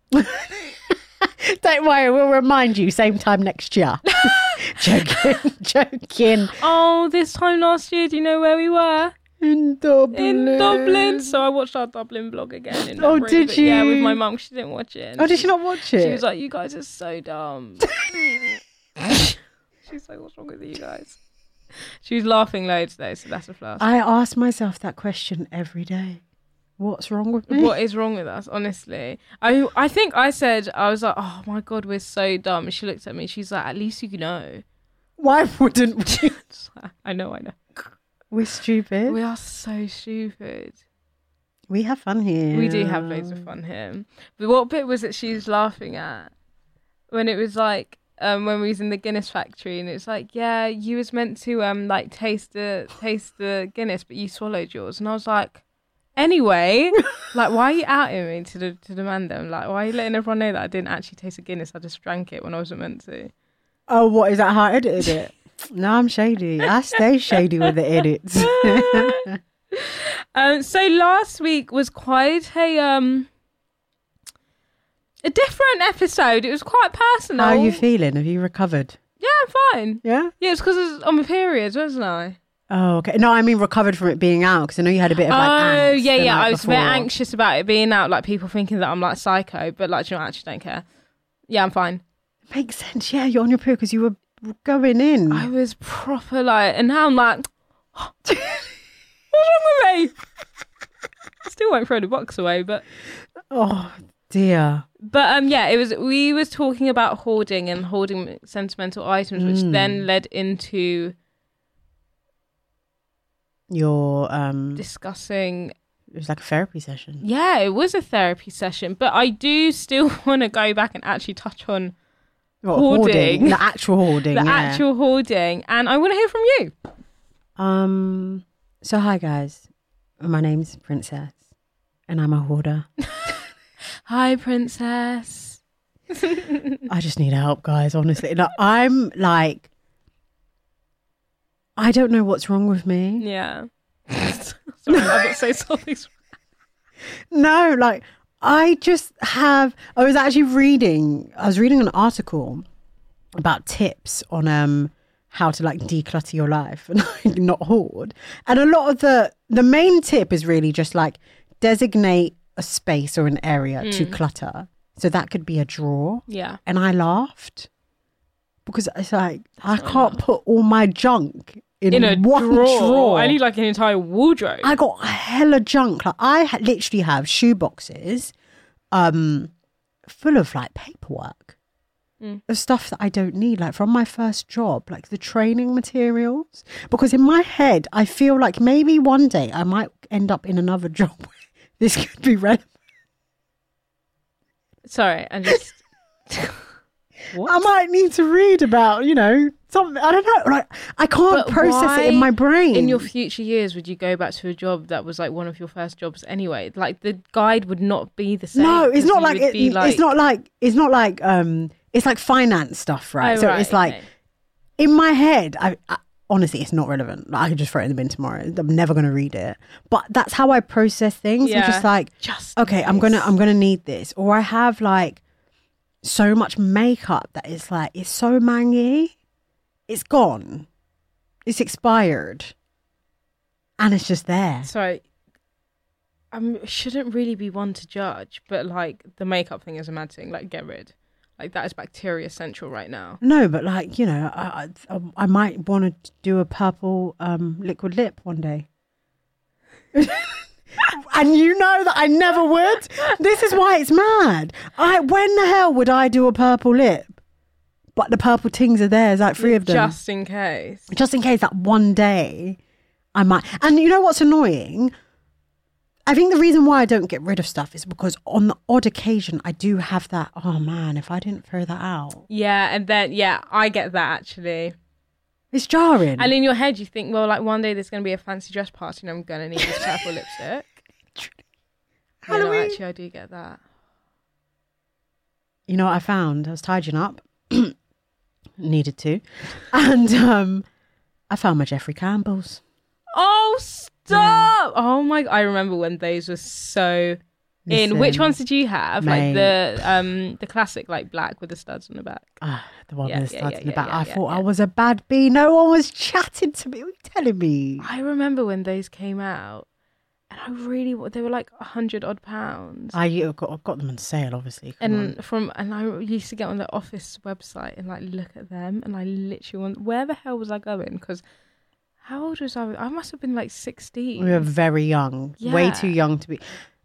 S2: Don't worry, we'll remind you same time next year. joking, joking.
S1: Oh, this time last year, do you know where we were?
S2: In Dublin.
S1: In Dublin. So I watched our Dublin blog again. In
S2: Oh,
S1: memory,
S2: did
S1: but Yeah, with
S2: you?
S1: my mum. 'cause She didn't watch it. and
S2: Oh, did she not watch it?
S1: She was like, "You guys are so dumb." She's like, "What's wrong with you guys?" She was laughing loads though, so that's a plus.
S2: I ask myself that question every day. What's wrong with me?
S1: what is wrong with us? Honestly, I I think I said I was like, "Oh my god, we're so dumb." And she looked at me. She's like, "At least you know."
S2: Why wouldn't we?
S1: It's like, I know, I know.
S2: We're stupid.
S1: We are so stupid.
S2: We have fun here.
S1: We do have loads of fun here. But what bit was it she's laughing at? When it was like um when we was in the Guinness factory and it's like, Yeah, you was meant to um like taste the taste the Guinness but you swallowed yours and I was like Anyway, like why are you outing me to the to the man them? Like why are you letting everyone know that I didn't actually taste a Guinness, I just drank it when I wasn't meant to.
S2: Oh, what is that? How I edited it? no, I'm shady. I stay shady with the edits.
S1: Um so last week was quite a um a different episode. It was quite personal.
S2: How are you feeling? Have you recovered?
S1: yeah, I'm fine.
S2: Yeah.
S1: Yeah, it's because it's on my periods, wasn't I?
S2: Oh, okay. No, I mean recovered from it being out because I know you had a bit of like.
S1: oh,
S2: angst
S1: yeah,
S2: the
S1: yeah.
S2: night
S1: I was a bit
S2: before.
S1: anxious about it being out, like people thinking that I'm like psycho, but like, do you know, I actually don't care. Yeah, I'm fine.
S2: Makes sense. Yeah, you're on your period because you were going in.
S1: I was proper like, and now I'm like, what's wrong with me? Still won't throw the box away, but
S2: Oh dear.
S1: but um yeah, it was we was talking about hoarding and hoarding sentimental items, which
S2: Mm.
S1: then led into
S2: Your um,
S1: discussing
S2: it was like a therapy session.
S1: Yeah, it was a therapy session, but I do still want to go back and actually touch on
S2: What,
S1: Hoarding.
S2: The actual hoarding.
S1: the
S2: yeah.
S1: actual hoarding, and I want to hear from you.
S2: Um. So hi guys, my name's Princess, and I'm a hoarder.
S1: Hi, princess.
S2: I just need help, guys. Honestly, like, I'm like, I don't know what's wrong with me.
S1: Yeah. Sorry, I got so something's
S2: No, like I just have. I was actually reading. I was reading an article about tips on um how to like declutter your life and like, not hoard. And a lot of the the main tip is really just like designate a space or an area to clutter. So that could be a drawer.
S1: Mm. Yeah.
S2: And I laughed because it's like I can't put all my junk in,
S1: In a
S2: one
S1: drawer.
S2: drawer.
S1: I need like an entire wardrobe.
S2: I got hella junk. Like I ha- literally have shoe boxes, um, full of like paperwork,
S1: Mm.
S2: the stuff that I don't need, like from my first job, like the training materials. Because in my head, I feel like maybe one day I might end up in another job. where this could be relevant.
S1: Sorry, I just
S2: I might need to read about, you know, something. I don't know. Like I can't
S1: But
S2: process it in
S1: why
S2: my brain.
S1: in your future years would you go back to a job that was like one of your first jobs anyway? Like the guide would not be the same.
S2: No,
S1: because
S2: it's
S1: you
S2: not like,
S1: would
S2: it,
S1: be
S2: it's not like it's not like um it's like finance stuff, right?
S1: Oh,
S2: so it's
S1: right,
S2: like
S1: okay.
S2: in my head, I, I honestly it's not relevant. Like, I could just throw it in the bin tomorrow. I'm never gonna read it. But that's how I process things. I'm just
S1: Yeah.
S2: like
S1: just
S2: okay, I'm gonna I'm gonna need this, or I have like so much makeup that it's like it's so mangy, it's gone, it's expired, and it's just there.
S1: Sorry. I um, shouldn't really be one to judge, but like the makeup thing is a mad thing. Like, get rid. Like, that is bacteria central right now.
S2: No, but like you know, I I, I might want to do a purple um, liquid lip one day. and you know that I never would. This is why it's mad. I when the hell would I do a purple lip? But the purple tings are there. There's like three of them, just,
S1: Just in case.
S2: in case that one day I might. And you know what's annoying? I think the reason why I don't get rid of stuff is because on the odd occasion I do have that. Oh man, if I didn't throw that out,
S1: Yeah, and then, yeah, I get that actually.
S2: it's jarring.
S1: And in your head, you think, well, like one day there's going to be a fancy dress party and I'm going to need this purple lipstick. Yeah, no,
S2: Halloween.
S1: actually, I do get that.
S2: you know what I found? I was tidying up, needed to, and um, I found my Jeffrey Campbell's.
S1: Oh, stop! Oh my, I remember when those were so. in which
S2: Listen,
S1: ones did you have? Like the um the classic, like black with the studs on the back.
S2: Ah, the one
S1: Yeah,
S2: that's
S1: yeah,
S2: starting
S1: yeah,
S2: about.
S1: yeah,
S2: I
S1: yeah,
S2: thought I
S1: yeah.
S2: was a bad bee. No one was chatting to me, telling me.
S1: I remember when those came out, and I really wa- they were like a hundred odd pounds.
S2: I you got I've got them on sale, obviously. Ah, come on.
S1: and from and I used to get on the office website and like look at them, and I literally want where the hell was I going? Because how old was I? I must have been like sixteen.
S2: we were very young, way
S1: Yeah.
S2: too young to be.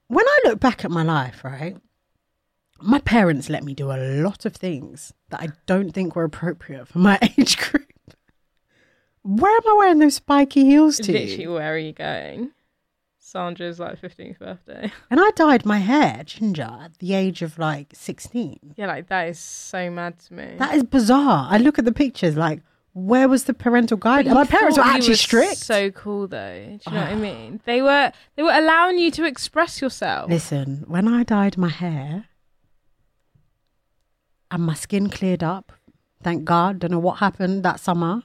S2: When I look back at my life, right, my parents let me do a lot of things that I don't think were appropriate for my age group. Where am I wearing those spiky heels to?
S1: literally, where are you going? Sandra's like fifteenth birthday.
S2: And I dyed my hair ginger at the age of like 16.
S1: Yeah, like that is so mad to me.
S2: That is bizarre. I look at the pictures like, where was the parental guide? And my
S1: You
S2: parents were
S1: thought you
S2: actually strict. Ah.
S1: So cool though. Do you know what I mean? They were they were allowing you to express yourself.
S2: Listen, when I dyed my hair and my skin cleared up, thank God, don't know what happened that summer.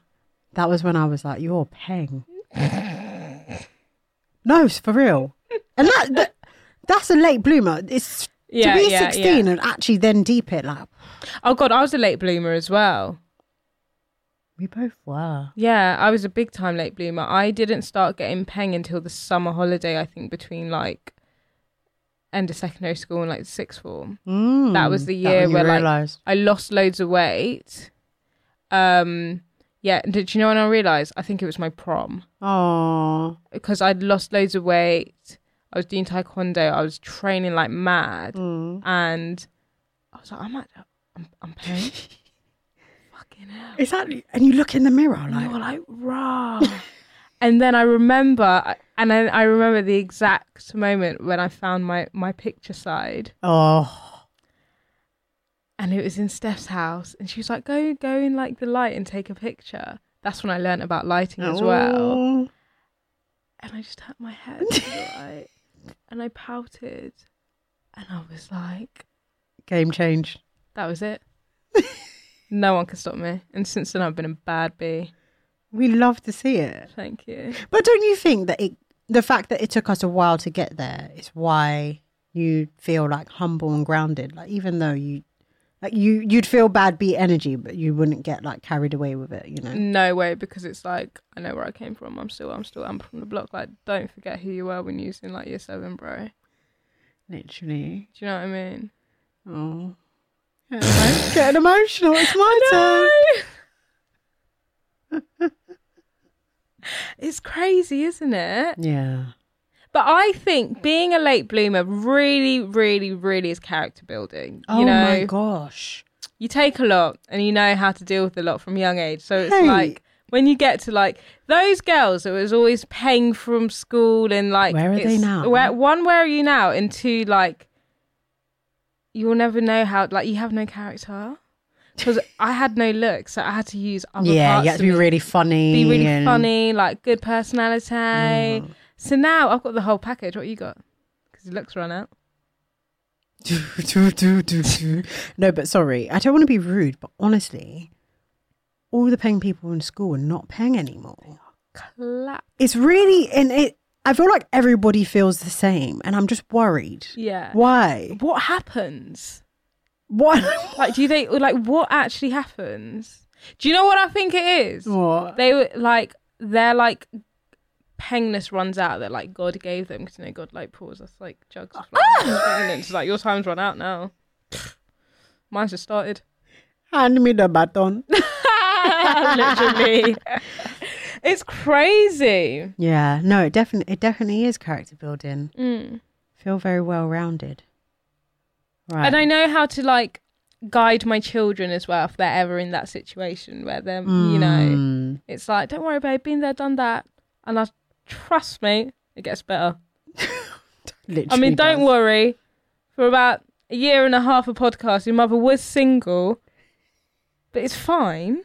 S2: That was when I was like, you're paying. no, it's for real. And that, that that's a late bloomer. It's
S1: Yeah,
S2: to be
S1: yeah,
S2: 16 and actually then deep it like
S1: Oh god, I was a late bloomer as well.
S2: we both were.
S1: Yeah, I was a big time late bloomer. I didn't start getting peng until the summer holiday, I think, between like end of secondary school and like sixth form.
S2: Mm,
S1: That was the
S2: that
S1: year
S2: when you
S1: where like
S2: realised.
S1: I lost loads of weight. Um yeah, did you know when I realised? I think it was my prom.
S2: oh,
S1: because I'd lost loads of weight. I was doing taekwondo. I was training like mad,
S2: Mm.
S1: and I was like, I'm at, I'm, I'm paying. Fucking hell!
S2: is that? And you look in the mirror like,
S1: And you're like, rah. and then I remember, and then I remember the exact moment when I found my my picture side,
S2: oh,
S1: and it was in Steph's house, and she was like, go go in like the light and take a picture. That's when I learnt about lighting as well.
S2: Oh.
S1: and I just tapped my head right? and I pouted and I was like
S2: Game change.
S1: that was it no one can stop me and since then I've been a bad bee
S2: We love to see it,
S1: thank you
S2: but don't you think that it? The fact that it took us a while to get there is why you feel like humble and grounded. Like even though you, like you, you'd feel bad beat energy, but you wouldn't get like carried away with it. You know.
S1: no way because it's like I know where I came from I'm still I'm still I'm from the block like don't forget who you were when you was in like year seven bro do
S2: Literally.
S1: you know what I mean
S2: Oh. Getting emotional. It's my turn.
S1: it's crazy isn't it
S2: Yeah.
S1: But I think being a late bloomer really, really, really is character building. You
S2: Oh
S1: know,
S2: my gosh.
S1: you take a lot and you know how to deal with a lot from young age. So it's
S2: Hey.
S1: like when you get to like those girls that was always paying from school and like
S2: Where are they
S1: it's-
S2: now?
S1: Where one, where are you now? And two, like you'll never know how like you have no character. Because I had no look, so I had to use other
S2: yeah,
S1: parts
S2: you have to
S1: of
S2: be
S1: me
S2: really funny.
S1: be really
S2: and- Mm.
S1: funny, like good personality. So now I've got the whole package. What you got? Because your looks run out.
S2: Do, do, do, do. no, but sorry, I don't want to be rude, but honestly, all the paying people in school are not paying anymore.
S1: Clap.
S2: It's really, and it. I feel like everybody feels the same, and I'm just worried.
S1: Yeah.
S2: Why?
S1: What happens?
S2: What?
S1: Like, do they or, like what actually happens? Do you know what I think it is?
S2: what?
S1: They were like their like pengness runs out that like God gave them because you know God like pours us like jugs of like, pregnant. like your time's run out now. Mine's just started.
S2: Hand me the baton.
S1: Literally, it's crazy.
S2: yeah. No, it definitely, it definitely is character building.
S1: Mm.
S2: Feel very well rounded. Right.
S1: And I know how to like guide my children as well if they're ever in that situation where they're, you know,
S2: Mm.
S1: it's like, don't worry, babe, been there, done that. And I trust me, it gets better. I
S2: Literally
S1: mean, don't
S2: does.
S1: worry. For about a year and a half of podcast, your mother was single, but it's fine.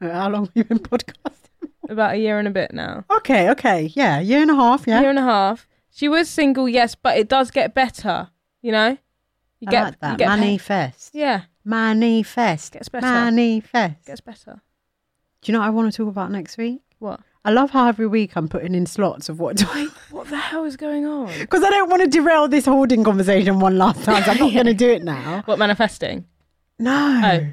S2: Uh, How long have you been podcasting?
S1: About a year and a bit now.
S2: Okay, okay, yeah, year and a half, yeah.
S1: year and a half. She was single, yes, but it does get better, you know? You
S2: I like
S1: you
S2: that.
S1: get pa-
S2: Manifest.
S1: Yeah,
S2: Manifest.
S1: Gets better.
S2: Manifest.
S1: it gets better.
S2: Do you know what I want to talk about next week?
S1: What?
S2: I love how every week I'm putting in slots of what do I.
S1: What the hell is going on?
S2: Because I don't want to derail this hoarding conversation one last time. so I'm not going to do it now.
S1: What manifesting?
S2: No.
S1: Oh.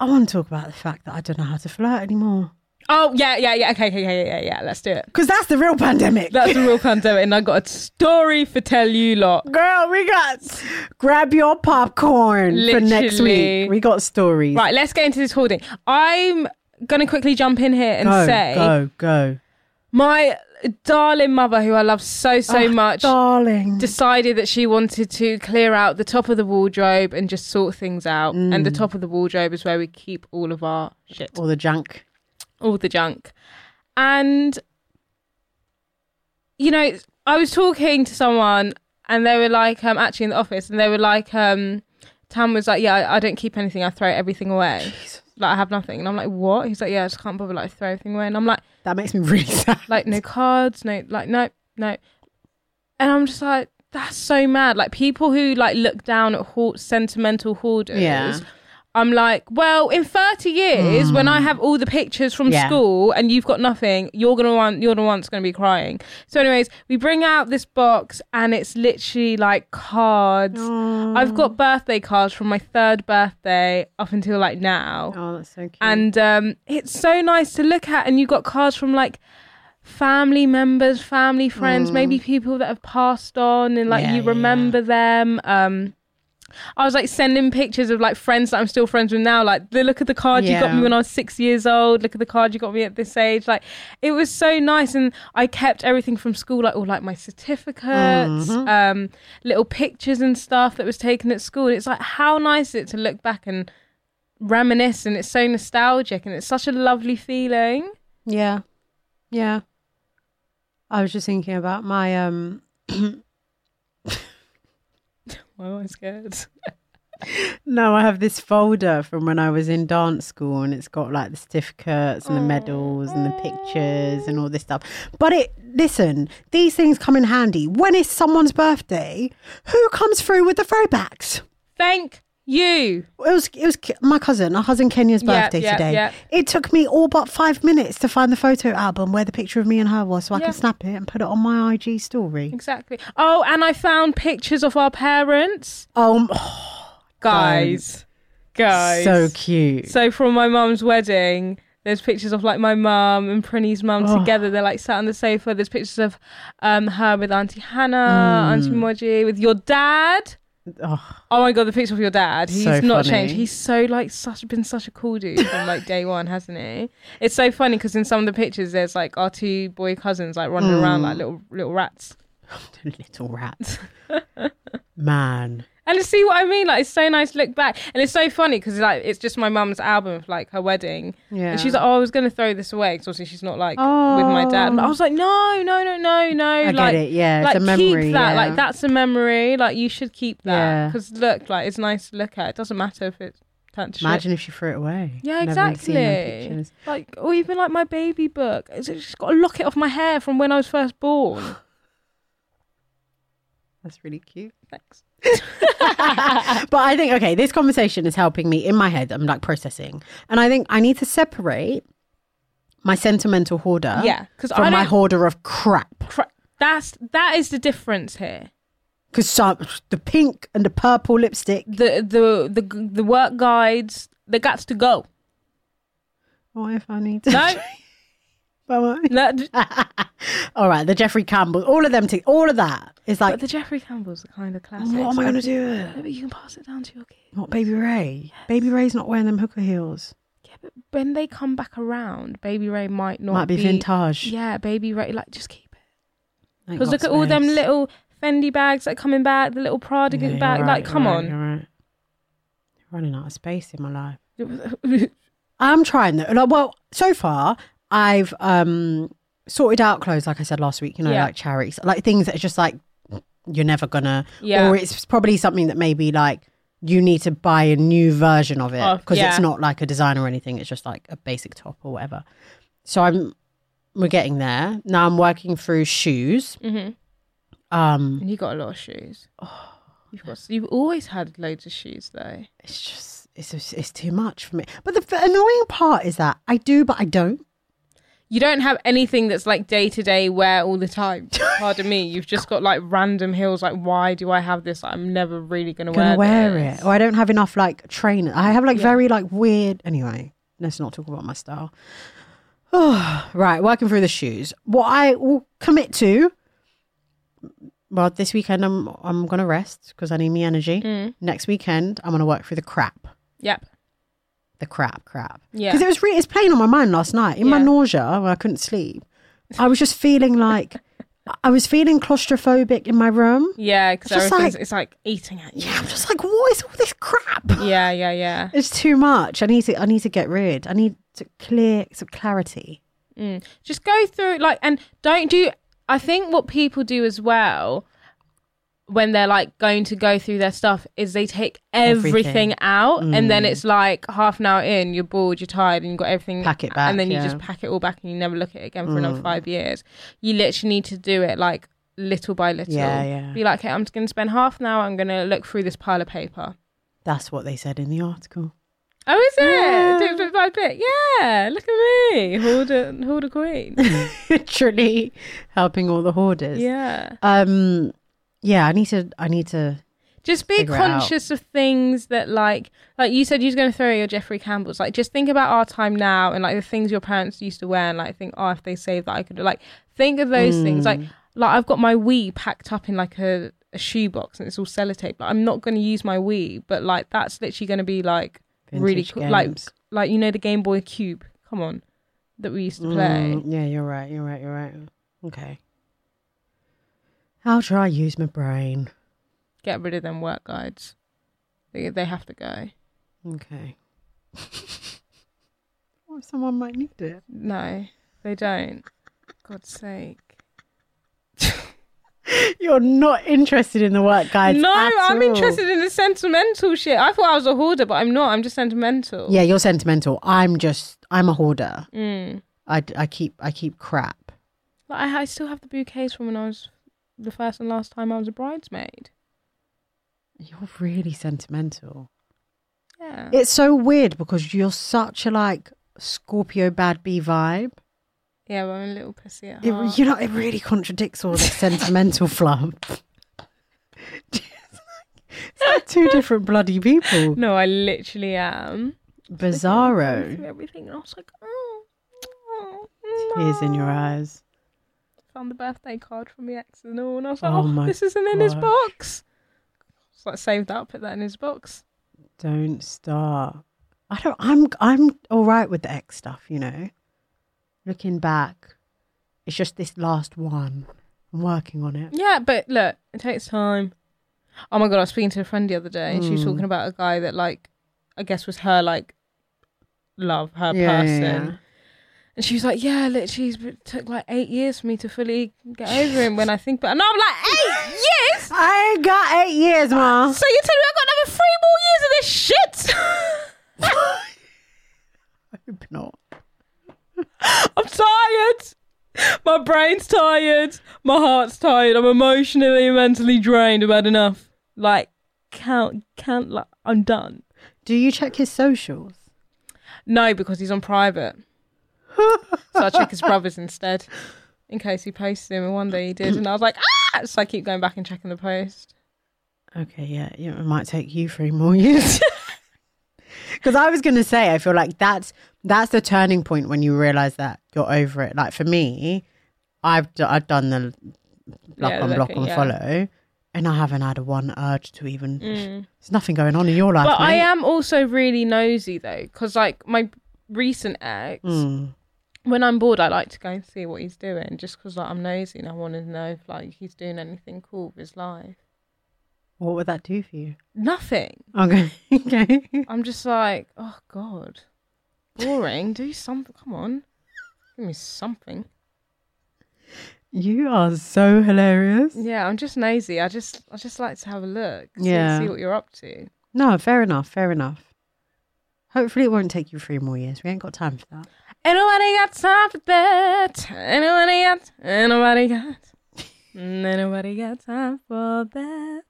S2: I want to talk about the fact that I don't know how to flirt anymore.
S1: Oh yeah, yeah, yeah. Okay, okay, okay, yeah, yeah. yeah. Let's do it.
S2: Because that's the real pandemic.
S1: That's a real pandemic, and I got a story for tell you lot.
S2: Girl, we got. Grab your popcorn for next
S1: Literally.
S2: week. We got stories.
S1: Right, let's get into this hoarding. I'm gonna quickly jump in here and
S2: Go,
S1: say
S2: go, go.
S1: my darling mother, who I love so so
S2: Oh,
S1: much,
S2: Darling.
S1: decided that she wanted to clear out the top of the wardrobe and just sort things out. And
S2: Mm.
S1: the top of the wardrobe is where we keep all of our shit,
S2: All the junk.
S1: all the junk, and you know, I was talking to someone and they were like, um, actually in the office, and they were like, um, Tam was like, yeah, I, I don't keep anything. I throw everything away. Like I have nothing. And I'm like, what? He's like, yeah, I just can't bother like throw everything away. And I'm like,
S2: That makes me really sad.
S1: like no cards, no, like no, no. And I'm just like, that's so mad. Like people who like look down at hoard, sentimental hoarders.
S2: Yeah.
S1: I'm like, well, in 30 years, when I have all the pictures from
S2: Mm. Yeah.
S1: school and you've got nothing, you're gonna want, you're the one that's gonna be crying. So, anyways, we bring out this box and it's literally like cards. I've got birthday cards from my third birthday up until like now
S2: Oh, that's so cute.
S1: and um, it's so nice to look at. And you got cards from like family members, family friends, maybe people that have passed on, and like
S2: Mm. Yeah,
S1: you
S2: yeah,
S1: remember them. Um, I was like sending pictures of like friends that I'm still friends with now. Like, the look at the card you got
S2: Yeah.
S1: me when I was six years old. Look at the card you got me at this age. Like, it was so nice, and I kept everything from school, like all like my certificates,
S2: Mm-hmm.
S1: um, little pictures and stuff that was taken at school. It's like how nice is it to look back and reminisce, and it's so nostalgic, and it's such a lovely feeling.
S2: yeah, yeah. I was just thinking about my um.
S1: Well, I'm scared.
S2: No, I have this folder from when I was in dance school, and it's got like the certificates and the medals and the pictures and all this stuff. But it listen, these things come in handy when it's someone's birthday. Who comes through with the throwbacks?
S1: Thank you.
S2: It was it was Ke- my cousin, our cousin Kenya's
S1: Yeah,
S2: birthday
S1: yeah,
S2: today.
S1: yeah.
S2: It took me all but five minutes to find the photo album where the picture of me and her was, so I
S1: Yeah.
S2: can snap it and put it on my IG story.
S1: Exactly. Oh, and I found pictures of our parents.
S2: Um,
S1: guys, guys.
S2: so cute.
S1: So from my mum's wedding, there's pictures of like my mum and Prinny's mum together. They're like sat on the sofa. There's pictures of um her with Auntie
S2: Mm.
S1: Hannah, Auntie Moji, with your dad.
S2: Oh,
S1: Oh my god, the picture of your dad. He's
S2: So
S1: not
S2: funny.
S1: changed. He's so like such been such a cool dude from like day one, hasn't he? It's so funny because in some of the pictures there's like our two boy cousins like running
S2: Mm.
S1: around like little little rats.
S2: little rat. Man.
S1: And see what I mean? Like, it's so nice to look back. And it's so funny because like, it's just my mum's album of like her wedding.
S2: Yeah.
S1: And she's like, oh, I was going to throw this away because obviously she's not like with my dad. But I was like, no, no, no, no, no.
S2: Oh. I get
S1: like,
S2: it, yeah,
S1: Like,
S2: it's a memory,
S1: keep that.
S2: yeah.
S1: Like, that's a memory. Like, you should keep that.
S2: Yeah.
S1: Because look, like, it's nice to look at. It doesn't matter if it's turned to shit.
S2: Imagine if she threw it away.
S1: Yeah,
S2: Never even seen her
S1: exactly.
S2: pictures.
S1: Like, or even like my baby book. It's just got a locket off my hair from when I was first born.
S2: That's really cute.
S1: Thanks.
S2: but I think okay, this conversation is helping me in my head. I'm like processing, and I think I need to separate my sentimental hoarder,
S1: Yeah, because I
S2: from my
S1: don't.
S2: hoarder of crap.
S1: cra- that's that is the difference here.
S2: Because some the pink and the purple lipstick.
S1: The the the the work guides. The guts to go.
S2: What if I need to?
S1: No,
S2: Bye-bye.
S1: no. d-
S2: all right, the Jeffrey Campbell, all of them, t- all of that is like,
S1: But the Jeffrey Campbell's the kind of classic.
S2: what am I
S1: so-
S2: going to do? with
S1: No,
S2: it?
S1: but you can pass it down to your kid.
S2: Not Baby Ray. Baby Ray's not wearing them hooker heels.
S1: Yeah, but when they come back around, Baby Ray might not
S2: Might be vintage.
S1: Yeah, Baby Ray. Like, just keep it.
S2: Ain't
S1: Because
S2: got
S1: look at all them
S2: space.
S1: little Fendi bags that are coming back, the little Prada
S2: Yeah, you're
S1: bag.
S2: right,
S1: like,
S2: you're
S1: come
S2: right,
S1: on.
S2: you're right. Running out of space in my life.
S1: yeah,
S2: I'm trying though. Like, well, so far I've um sorted out clothes, like I said last week. You know,
S1: Yeah.
S2: like charities, like things that are just like you're never gonna. Or it's probably something that maybe like you need to buy a new version of it
S1: Oh,
S2: because
S1: yeah.
S2: it's not like a design or anything. It's just like a basic top or whatever. So I'm we're getting there now. I'm working through shoes.
S1: Mhm.
S2: Um,
S1: and you got a lot of shoes.
S2: Oh.
S1: You've got. You've always had loads of shoes though.
S2: it's just it's just- it's too much for me. But the, the annoying part is that I do, but I don't.
S1: You don't have anything that's like day to day wear all the time. Pardon me. You've just got like random heels. Like, why do I have this? I'm never really gonna,
S2: gonna
S1: wear,
S2: wear
S1: this.
S2: it, or I don't have enough like trainers. I have like very like weird. Anyway, let's not talk about my style. right, working through the shoes. What I will commit to. Well, this weekend I'm I'm gonna rest because I need me energy. Next weekend I'm gonna work through the crap,
S1: Yep.
S2: the crap, crap.
S1: Yeah.
S2: because it was really it's playing on my mind last night in my
S1: Yeah.
S2: nausea when I couldn't sleep. I was just feeling like I was feeling claustrophobic in my room.
S1: Yeah, because
S2: It's just
S1: everything's
S2: like-
S1: it's like eating at you.
S2: Yeah, I'm just like, what is all this crap?
S1: Yeah, yeah, yeah.
S2: It's too much. I need to. I need to get rid. I need to clear some clarity.
S1: just go through like and don't do i think what people do as well when they're like going to go through their stuff is they take everything,
S2: Everything. Mm.
S1: out and then it's like half an hour in you're bored you're tired and you've got everything
S2: Pack it back,
S1: and then you
S2: yeah. Mm.
S1: just pack it all back and you never look at it again for another five years you literally need to do it like little by little
S2: Yeah, yeah.
S1: be like okay i'm just gonna spend half an hour i'm gonna look through this pile of paper
S2: That's what they said in the article.
S1: Oh, is it?
S2: Yeah.
S1: Do it bit by bit. Yeah, look at me, hoarder, hoarder queen.
S2: Literally helping all the hoarders.
S1: yeah.
S2: Um. Yeah. I need to. I need to.
S1: just be
S2: figure it out.
S1: conscious of things that like like you said you was going to throw your jeffrey campbell's like just think about our time now and like the things your parents used to wear and like think oh if they saved that i could like think of those things like
S2: Mm.
S1: like i've got my wii packed up in like a, a shoebox and it's all sellotape like, i'm not going to use my wii but like that's literally going to be like really
S2: Vintage
S1: cool like
S2: games.
S1: like you know the game boy cube come on that we used to play
S2: Mm, yeah. You're right. You're right. You're right. Okay. How should I use my brain?
S1: get rid of them work guides they, they have to go
S2: Okay. What if someone might need it?
S1: No, they don't. God's sake.
S2: You're not interested in the work, guys.
S1: no,
S2: at
S1: I'm
S2: all.
S1: interested in the sentimental shit. I thought I was a hoarder, but I'm not. I'm just sentimental.
S2: Yeah, you're sentimental. I'm just. I'm a hoarder.
S1: Mm.
S2: I, I keep I keep crap.
S1: Like, I, I still have the bouquets from when I was the first and last time I was a bridesmaid.
S2: You're really sentimental.
S1: Yeah.
S2: It's so weird because you're such a like Scorpio bad bee vibe.
S1: yeah, well, I'm a little pissy at
S2: It,
S1: heart.
S2: You know, it really contradicts all the sentimental fluff. it's like two different bloody people.
S1: no, I literally am. Going
S2: Bizarro.
S1: through Everything. And I was like, oh. oh,
S2: Tears in your
S1: no.
S2: eyes.
S1: Found the birthday card from the ex and all. And I was like,
S2: Oh
S1: oh,
S2: my
S1: this isn't in his
S2: gosh.
S1: box. So I saved up, put that in his box.
S2: Don't stop. I don't. I'm. I'm all right with the ex stuff. You know, looking back, it's just this last one. I'm working on it.
S1: Yeah, but look, it takes time. Oh my god, I was speaking to a friend the other day, and she
S2: Hmm.
S1: was talking about a guy that like, I guess was her like, love her
S2: Yeah, yeah,
S1: person.
S2: yeah.
S1: And she was like, "Yeah, literally, it's been- took like eight years for me to fully get over him." When I think about, and I'm like, eight years.
S2: I ain't got eight years, ma.
S1: So you tell me I got another three more years of this shit?
S2: Hope not.
S1: I'm tired. My brain's tired. My heart's tired. I'm emotionally and mentally drained. I've had enough. Like, count, count. Like, I'm done.
S2: Do you check his socials?
S1: No, because he's on private. so I check his brothers instead, in case he posts them. And one day he did, and I was like, ah! So I keep going back and checking the post.
S2: Okay, yeah, yeah, it might take you three more years. Because I was gonna say, I feel like that's that's the turning point when you realize that you're over it. Like for me, I've d- I've done the block
S1: Yeah,
S2: on block
S1: exactly,
S2: on
S1: yeah.
S2: follow, and I haven't had one urge to even. There's nothing going on in your life.
S1: But Mm. I uh,
S2: mate.
S1: am also really nosy though, because like my recent ex,
S2: Mm.
S1: when I'm bored, I like to go and see what he's doing, just because like I'm nosy and I want to know if like he's doing anything cool with his life.
S2: What would that do for you?
S1: Nothing.
S2: Okay, okay.
S1: I'm just like, oh god, boring. Do something. Come on, give me something.
S2: You are so hilarious.
S1: Yeah, I'm just nosy. I just, I just like to have a look. see-
S2: Yeah.
S1: see what you're up to.
S2: No, fair enough, fair enough. Hopefully, it won't take you three more years. We ain't got time for that.
S1: Ain't nobody got time for that. Ain't nobody got. Ain't nobody got. Ain't nobody got time for that.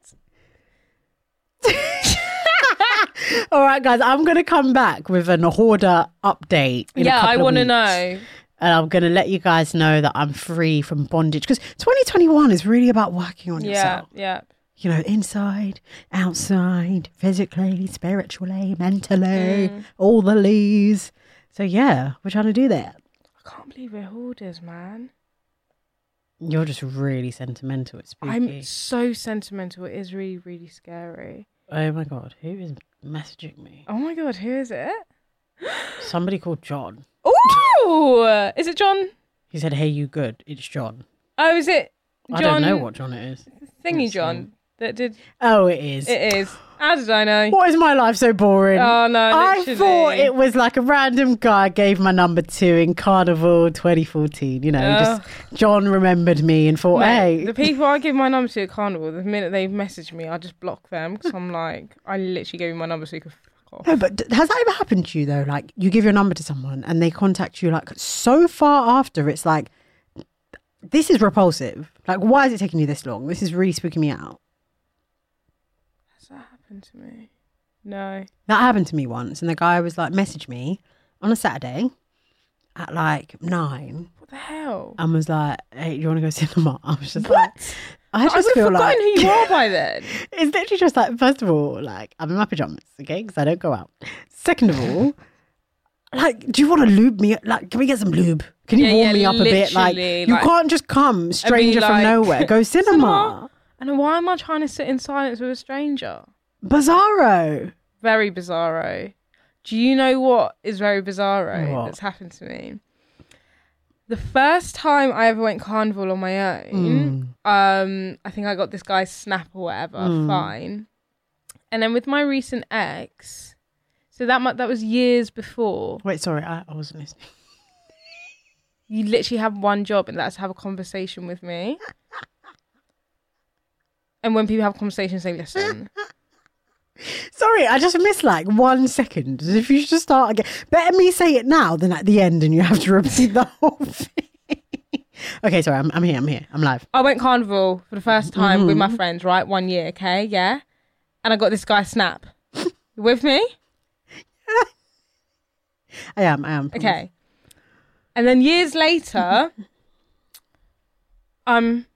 S2: All right, guys, I'm going to come back with an order update. in a
S1: yeah,
S2: couple
S1: I
S2: of
S1: want to
S2: weeks.
S1: know.
S2: And I'm going to let you guys know that I'm free from bondage because 2021 is really about working on
S1: Yeah,
S2: yourself.
S1: yeah.
S2: You know, inside, outside, physically, spiritually, mentally,
S1: Mm.
S2: all the lees. So, yeah, we're trying to do that.
S1: I can't believe we're hoarders, man.
S2: You're just really sentimental. It's spooky.
S1: I'm so sentimental. It is really, really scary.
S2: Oh my God, who is messaging me?
S1: Oh my god, who is it?
S2: Somebody called John.
S1: Oh, is it John?
S2: He said, Hey, you good? It's John.
S1: Oh, is it
S2: I
S1: John?
S2: don't know what John it is.
S1: thingy
S2: it's
S1: John that did.
S2: Oh, it is.
S1: It is. How did I know?
S2: Why is my life so boring?
S1: Oh no,
S2: I
S1: literally.
S2: thought it was like a random guy gave my number to in Carnival 2014. You know,
S1: Ugh.
S2: just John remembered me and thought,
S1: Mate,
S2: hey,
S1: Oh. The people I give my number to at Carnival, the minute they message me, I just block them because I'm like, I literally gave you my number so you can fuck off.
S2: no, but d- has that ever happened to you though? Like, you give your number to someone and they contact you like so far after, it's like, this is repulsive. Like, why is it taking you this long? This is really spooking me out.
S1: Has that happened to me? No.
S2: That happened to me once, and the guy was like, message me on a Saturday at like nine
S1: What the hell?
S2: and was like, hey, do you want to go cinema? I was just like, I
S1: I would
S2: just
S1: have
S2: feel
S1: forgotten
S2: like
S1: who you are by then.
S2: It's literally just like, first of all, like, I'm in my pajamas, okay? Because I don't go out. Second of all, like, do you want to lube me? Like, can we get some lube? Can you
S1: Yeah,
S2: warm
S1: yeah,
S2: me up a bit? Like,
S1: literally,
S2: you
S1: like-
S2: can't just come, stranger from
S1: like,
S2: nowhere, go cinema.
S1: "Cinema?" And why am I trying to sit in silence with a stranger?
S2: Bizarro.
S1: Very bizarro. Do you know what is very bizarro
S2: What?
S1: that's happened to me? The first time I ever went carnival on my own, um, I think I got this guy's snap or whatever. Fine. And then with my recent ex, so that mu- that was years before.
S2: Wait, sorry, I, I wasn't listening.
S1: You literally have one job, and that's have a conversation with me. and when people have conversations, they listen.
S2: Sorry, I just missed like one second. If you should start again, better me say it now than at the end and you have to repeat the whole thing. okay, sorry, I'm, I'm here, I'm here, I'm live.
S1: I went carnival for the first time with my friends, right? One year, okay, yeah. And I got this guy Snap. You with me?
S2: I am, I am. promise.
S1: Okay. And then years later, I'm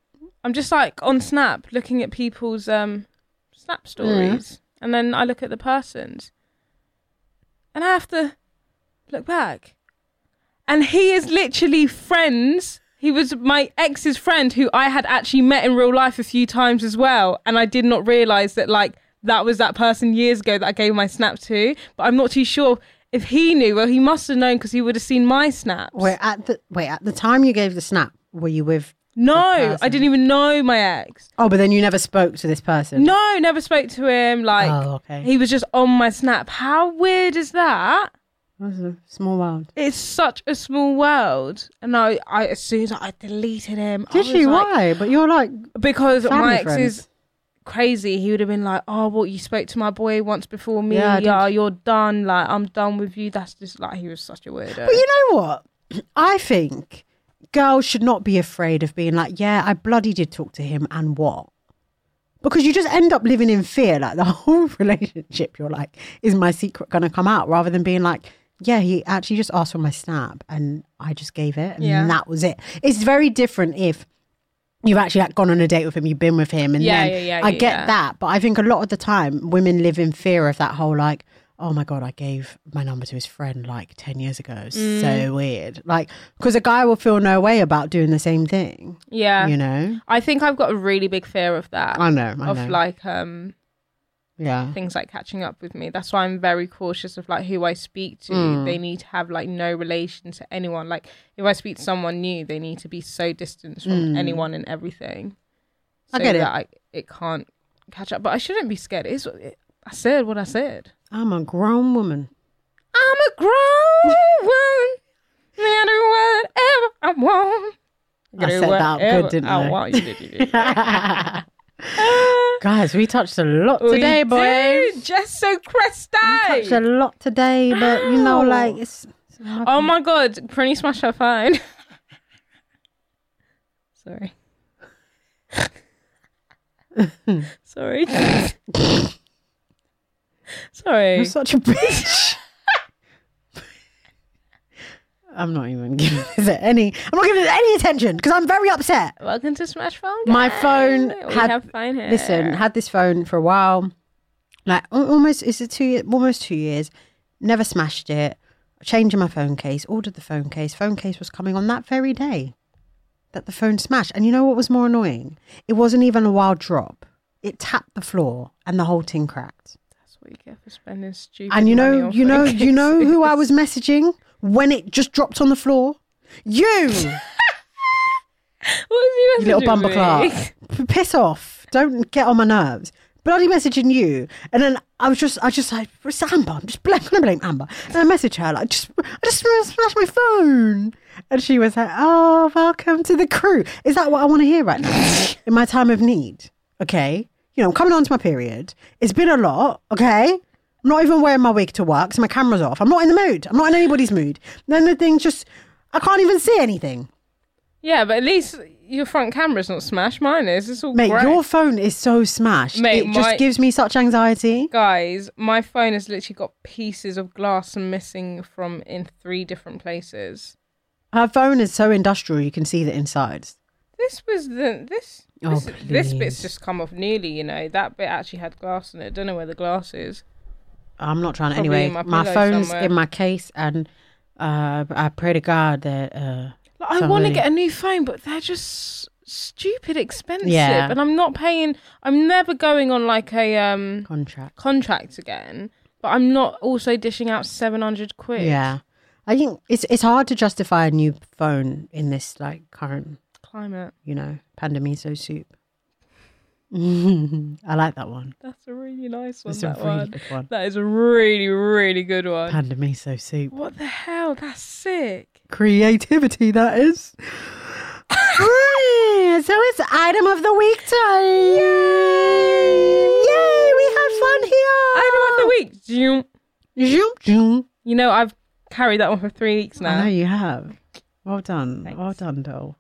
S1: I'm just like on Snap looking at people's um Snap stories. And then I look at the person's. And I have to look back. And he is literally friends. He was my ex's friend who I had actually met in real life a few times as well. And I did not realize that, like, that was that person years ago that I gave my snap to. But I'm not too sure if he knew. Well, he must have known because he would have seen my snaps.
S2: Wait at the wait at the time you gave the snap, were you with
S1: No, I
S2: person.
S1: didn't even know my ex.
S2: Oh, but then you never spoke to this person.
S1: No, never spoke to him. Like
S2: Oh, okay.
S1: he was just on my snap. How weird is that?
S2: That's a small world.
S1: It's such a small world. And I, I as soon as I deleted him, I
S2: Did
S1: was
S2: she?
S1: like-
S2: Why? But you're like
S1: Because
S2: family
S1: my ex
S2: friends.
S1: is crazy. He would have been like, "Oh, well, you spoke to my boy once before me.
S2: Yeah, I
S1: Yeah,
S2: did.
S1: you're done. Like, I'm done with you." That's just like he was such a weirdo.
S2: But you know what? I think girls should not be afraid of being like, yeah, I bloody did talk to him and what? Because you just end up living in fear. Like the whole relationship, you're like, is my secret going to come out? Rather than being like, yeah, he actually just asked for my snap and I just gave it and
S1: Yeah.
S2: that was it. It's very different if you've actually like gone on a date with him, you've been with him, and
S1: Yeah,
S2: then
S1: yeah, yeah,
S2: I
S1: yeah,
S2: get
S1: yeah.
S2: that. But I think a lot of the time, women live in fear of that whole like, oh my god, I gave my number to his friend like ten years ago.
S1: Mm.
S2: So weird, like because a guy will feel no way about doing the same thing.
S1: yeah,
S2: You know,
S1: I think I've got a really big fear of that.
S2: I know, I
S1: of
S2: know.
S1: like um
S2: yeah,
S1: things like catching up with me. That's why I'm very cautious of like who I speak to.
S2: Mm.
S1: They need to have like no relation to anyone. Like if I speak to someone new, they need to be so distant from anyone and everything.
S2: Mm. I get it.
S1: That I, it can't catch up, but I shouldn't be scared. It's it, I said what I said.
S2: I'm a grown woman.
S1: I'm a grown woman. I do whatever I want.
S2: I
S1: do
S2: said that
S1: whatever
S2: good, didn't
S1: I
S2: I?
S1: want. You did, you did.
S2: Guys, we touched a lot
S1: We
S2: today,
S1: do,
S2: boys.
S1: Just so crusty.
S2: Touched a lot today, but you know,
S1: Ow.
S2: like it's.
S1: Oh my god, Prinny smashed her phone. Sorry. Sorry. Sorry.
S2: You're such a bitch. I'm not even giving this any. I'm not giving it any attention because I'm very upset.
S1: Welcome to Smash Phone.
S2: My
S1: guys.
S2: phone
S1: We
S2: had-
S1: have phone here.
S2: Listen, had this phone for a while, like al- almost it's a two year, almost two years. Never smashed it. Changing my phone case. Ordered the phone case. Phone case was coming on that very day that the phone smashed. And you know what was more annoying? It wasn't even a wild drop. It tapped the floor and the whole tin cracked.
S1: That's what you get for spending stupid.
S2: And you
S1: money
S2: know,
S1: on
S2: you know,
S1: phone
S2: you know
S1: cases.
S2: who I was messaging when it just dropped on the floor? You,
S1: What was
S2: you
S1: you
S2: little
S1: messaging
S2: bumper
S1: me?
S2: clerk. P- Piss off. Don't get on my nerves. Bloody messaging you. And then I was just, I just like, it's Amber. I'm just bl- gonna blame Amber. And I message her, like, just, I just smashed my phone. And she was like, oh, welcome to the crew. Is that what I want to hear right now in my time of need? Okay. You know, I'm coming on to my period. It's been a lot. Okay. I'm not even wearing my wig to work, so my camera's off. I'm not in the mood. I'm not in anybody's mood. Then the thing just, I can't even see anything.
S1: Yeah, but at least your front camera's not smashed. Mine is. It's all
S2: Mate,
S1: great.
S2: your phone is so smashed.
S1: Mate,
S2: it just
S1: my-
S2: gives me such anxiety.
S1: guys, my phone has literally got pieces of glass missing from in three different places.
S2: Her phone is so industrial, you can see the insides.
S1: This was the this
S2: Oh,
S1: this, this
S2: please.
S1: bit's just come off nearly, you know. That bit actually had glass in it. Don't know where the glass is.
S2: I'm not trying to.
S1: Probably
S2: Anyway,
S1: in my
S2: my,
S1: pillow
S2: phone's
S1: somewhere.
S2: in my case, and uh, I pray to God that. Uh,
S1: Like, I want to
S2: Somebody-
S1: get a new phone, but they're just s- stupid expensive,
S2: Yeah.
S1: and I'm not paying. I'm never going on like a um
S2: contract.
S1: contract again. But I'm not also dishing out seven hundred quid.
S2: Yeah, I think it's it's hard to justify a new phone in this like current,
S1: climate.
S2: you know, pandemiso soup. I like that one.
S1: That's a really nice one.
S2: It's a
S1: that
S2: really
S1: one.
S2: good one.
S1: That is a really really good one.
S2: Pandemiso soup.
S1: What the hell? That's sick.
S2: creativity that is. Right, so it's item of the week time. Yay! we have fun here.
S1: Item of the week. Zoom.
S2: Zoom, zoom.
S1: You know, I've carried that one for three weeks
S2: I know
S1: now.
S2: you have. Well done. Well done, doll.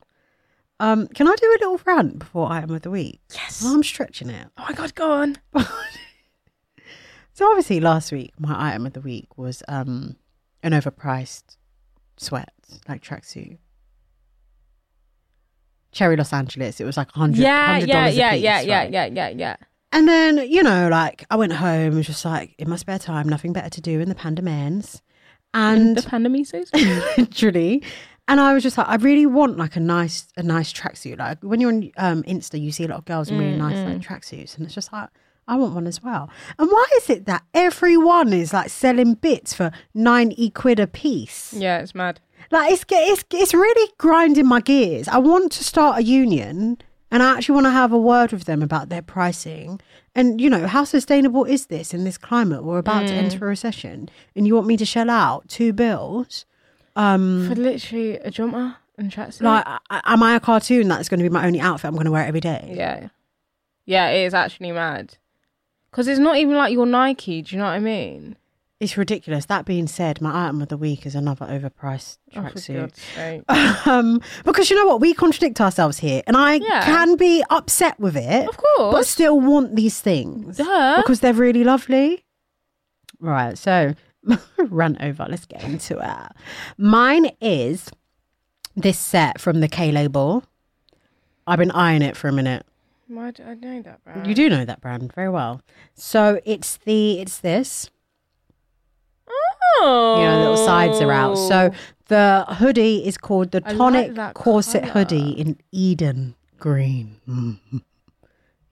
S2: Um, can I do a little rant before item of the week? Yes. I'm stretching it.
S1: Oh my god, go on.
S2: So obviously last week my item of the week was um an overpriced sweat, like tracksuit. Cherry Los Angeles. It was like hundred.
S1: Yeah, yeah,
S2: $100 a
S1: yeah,
S2: piece,
S1: yeah, yeah,
S2: right?
S1: yeah, yeah, yeah.
S2: And then, you know, like I went home and was just like in my spare time, nothing better to do in the pandemans.
S1: The
S2: And
S1: pandemic says.
S2: literally, and I was just like, I really want like a nice, a nice tracksuit. Like when you're on um, Insta, you see a lot of girls in really nice like tracksuits, and it's just like, I want one as well. And why is it that everyone is like selling bits for 90 quid a piece?
S1: yeah, it's mad.
S2: Like it's ge- it's it's really grinding my gears. I want to start a union, and I actually want to have a word with them about their pricing. And you know, how sustainable is this in this climate? We're about to enter a recession, and you want me to shell out two bills? Um,
S1: For literally a jumper and tracksuit.
S2: Like, I, I- am I a cartoon? That's going to be my only outfit. I'm going to wear every day.
S1: yeah, yeah, it is actually mad. Cause it's not even like your Nike. Do you know what I mean?
S2: It's ridiculous. That being said, my item of the week is another overpriced
S1: Oh, for
S2: tracksuit.
S1: God's sake.
S2: um, because you know what, we contradict ourselves here, and I
S1: Yeah.
S2: can be upset with it,
S1: Of course.
S2: but still want these things
S1: Duh.
S2: because they're really lovely. Right, so run over. Let's get into it. Mine is this set from the K label. I've been eyeing it for a minute.
S1: Why do I know that brand?
S2: You do know that brand very well. So it's the it's this.
S1: Oh.
S2: You know, little sides are out. So the hoodie is called the
S1: I like
S2: Tonic
S1: that
S2: Corset
S1: colour.
S2: Hoodie in Eden Green. Mhm.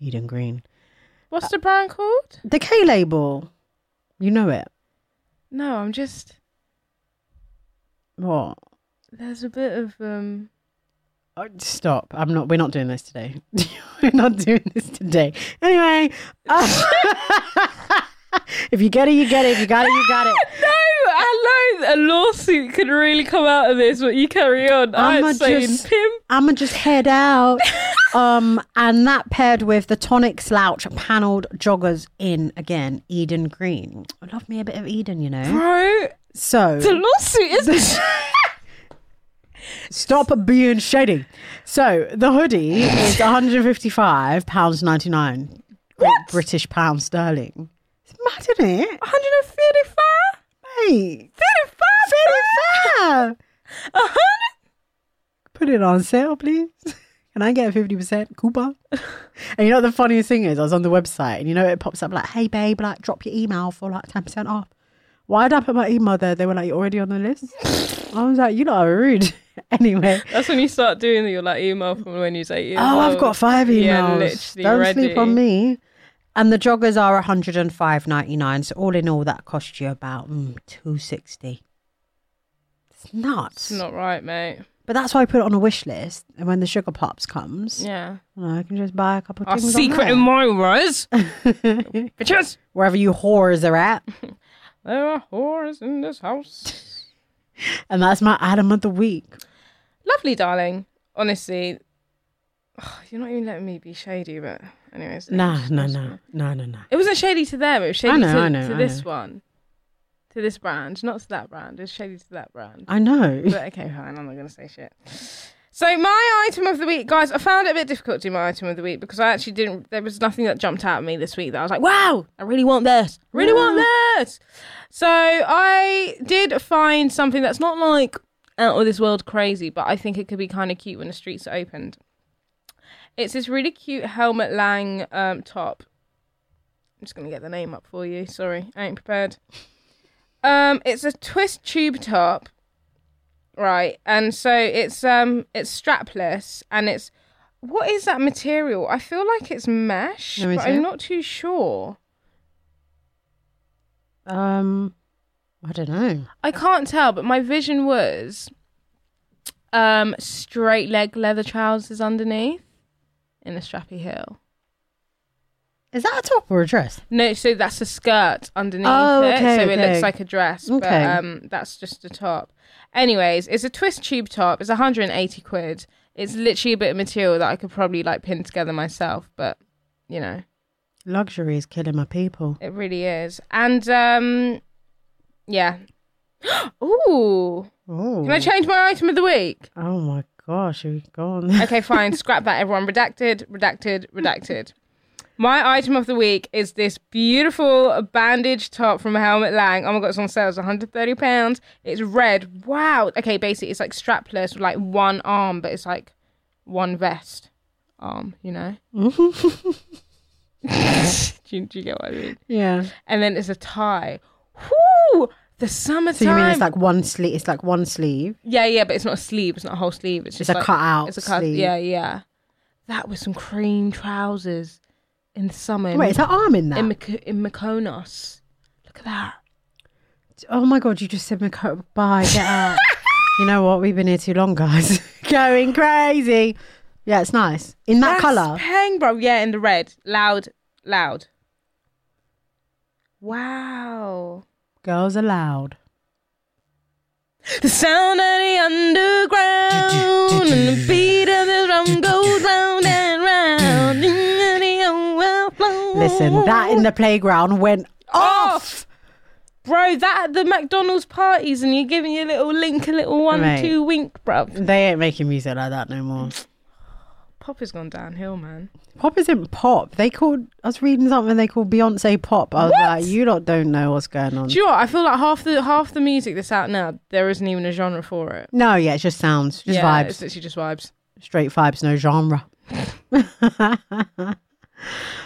S2: Eden Green.
S1: What's the brand called?
S2: The K label. You know it.
S1: No, I'm just.
S2: What?
S1: There's a bit of um.
S2: Oh, Stop. I'm not we're not doing this today. we're not doing this today. Anyway. uh, if you get it, you get it. If you got it, you got it.
S1: No, hello. A lawsuit could really come out of this, but you carry on.
S2: I'ma
S1: I'm saying
S2: just-
S1: pimp.
S2: I'ma just head out. um, and that paired with the tonic slouch panelled joggers in again, Eden Green. I love me a bit of Eden, you know.
S1: Bro, the
S2: So
S1: lawsuit is.
S2: stop being shady. So the hoodie is 155 pounds 99 British pound sterling. It's mad, isn't it?
S1: 135?
S2: Hey, 35.
S1: 100?
S2: Put it on sale, please. Can I get a 50% coupon? And you know what the funniest thing is? I was on the website and you know it pops up like, hey babe, like drop your email for like 10% off. Why did I put my email there? They were like, you're already on the list. I was like, you lot are rude. anyway.
S1: That's when you start doing your like email from when you say
S2: Oh, I've got five emails.
S1: Yeah, literally
S2: Don't
S1: ready.
S2: sleep on me. And the joggers are 105.99. So all in all, that cost you about mm, 260. It's nuts.
S1: It's not right, mate.
S2: But that's why I put it on a wish list. And when the sugar pops comes,
S1: Yeah.
S2: you know, I can just buy a couple
S1: Our
S2: of things.
S1: secret
S2: on
S1: admirers. Bitches.
S2: there. Wherever you whores are at.
S1: There are whores in this house.
S2: And that's my item of the week.
S1: Lovely, darling. Honestly, ugh, you're not even letting me be shady, but anyways.
S2: Nah, no, no, no, no, no.
S1: It wasn't shady to them. It was shady
S2: I know,
S1: to,
S2: I know,
S1: to
S2: I
S1: this
S2: know.
S1: one, to this brand, not to that brand. It was shady to that brand.
S2: I know.
S1: But okay, fine. I'm not gonna say shit. So my item of the week, guys. I found it a bit difficult to do my item of the week because I actually didn't. There was nothing that jumped out at me this week that I was like, "Wow, I really want this. Really want this." So I did find something that's not like out of this world crazy, but I think it could be kind of cute when the streets are opened. It's this really cute Helmet Lang um, top. I'm just gonna get the name up for you. Sorry, I ain't prepared. Um, it's a twist tube top right and so it's um it's strapless and it's what is that material i feel like it's mesh
S2: Oh, is
S1: but
S2: it?
S1: i'm not too sure
S2: Um, I don't know.
S1: i can't tell but my vision was um straight leg leather trousers underneath in a strappy heel
S2: Is that a top or a dress?
S1: no so that's a skirt underneath
S2: Oh, okay,
S1: it so it
S2: okay.
S1: looks like a dress
S2: Okay.
S1: but um that's just a top anyways it's a twist tube top it's 180 quid it's literally a bit of material that i could probably like pin together myself but you know
S2: Luxury is killing my people.
S1: It really is. And um yeah. Ooh.
S2: Oh.
S1: Can I change my item of the week?
S2: Oh my gosh, you've gone.
S1: Okay, fine. Scrap that everyone. Redacted, redacted, redacted. My item of the week is this beautiful bandage top from Helmet Lang. Oh my god, it's on sale. It's 130 pounds. It's red. Wow. Okay, basically it's like strapless with like one arm, but it's like one vest arm, you know? do, you, do you get what I mean?
S2: yeah.
S1: and then it's a tie. Whoo! The summertime.
S2: So you mean it's like one sleeve? It's like one sleeve.
S1: yeah, yeah, but it's not a sleeve. It's not a whole sleeve. It's
S2: It's
S1: just
S2: a
S1: like,
S2: cut-out
S1: It's a cut.
S2: sleeve.
S1: Yeah, yeah. That was some cream trousers in the summer. in-
S2: Wait, is her arm in that?
S1: in, Myko- in Mykonos. Look at that.
S2: oh my god, you just said Makoto. Bye, get out. You know what? We've been here too long, guys. Going crazy. Yeah, it's nice. In
S1: That's
S2: that colour.
S1: Peng, bro. Yeah, in the red. Loud, loud. Wow.
S2: Girls allowed.
S1: The sound of the underground and the beat of the drum goes round and round. in the overflow.
S2: Listen, that in the playground went off.
S1: bro, that at the McDonald's parties, and you're giving your little link, a little one,
S2: Mate.
S1: two wink, bro.
S2: They ain't making music like that no more.
S1: Pop has gone downhill, man.
S2: Pop isn't pop. They called. I was reading something they called Beyonce pop. I was
S1: What?
S2: like, you lot don't know what's going on.
S1: Do you know what? I feel like half the half the music that's out now, there isn't even a genre for it.
S2: no, yeah, it's just sounds, just
S1: yeah,
S2: vibes,
S1: It's literally just vibes.
S2: straight vibes, no genre.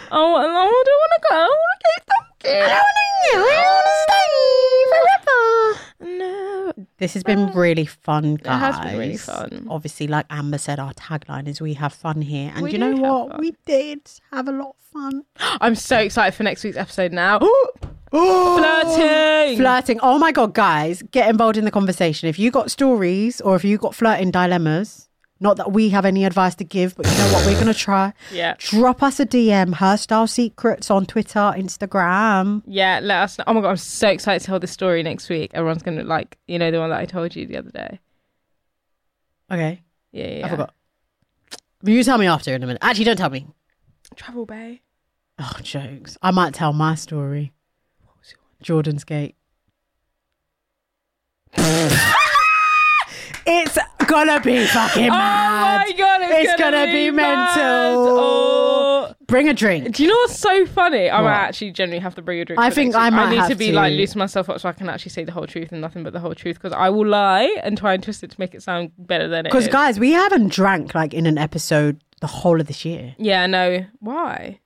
S1: Oh, and I don't want to go. I want to keep talking. I want to stay forever. No.
S2: This has been really fun, guys.
S1: has been really fun.
S2: Obviously, like Amber said, our tagline is "We have fun here," and
S1: We
S2: you know
S1: did have
S2: what?
S1: fun.
S2: We did have a lot of fun.
S1: I'm so excited for next week's episode now.
S2: Oh!
S1: Flirting.
S2: Flirting. Oh my god, guys, get involved in the conversation. If you got stories or if you got flirting dilemmas, not that we have any advice to give, but you know what? We're gonna try.
S1: Yeah.
S2: Drop us a DM, her style secrets on Twitter, Instagram.
S1: Yeah, let us know. Oh my god, I'm so excited to tell this story next week. Everyone's gonna like, you know, the one that I told you the other day.
S2: Okay,
S1: Yeah, yeah.
S2: I forgot. You tell me after in a minute. Actually, don't tell me.
S1: Travel Bay.
S2: Oh, jokes. I might tell my story. Jordan's Gate. it's gonna be fucking mad.
S1: Oh my god, it's,
S2: It's gonna be
S1: mad.
S2: mental.
S1: Oh.
S2: Bring a drink.
S1: Do you know what's so funny? I
S2: What?
S1: might actually generally have to bring a drink.
S2: I
S1: for
S2: think
S1: next
S2: I
S1: week.
S2: might
S1: I need
S2: have
S1: to be
S2: to.
S1: like loosen myself up so I can actually say the whole truth and nothing but the whole truth because I will lie and try and twist it to make it sound better than it
S2: Because
S1: is.
S2: guys, we haven't drank like in an episode the whole of this year.
S1: yeah, no. Why?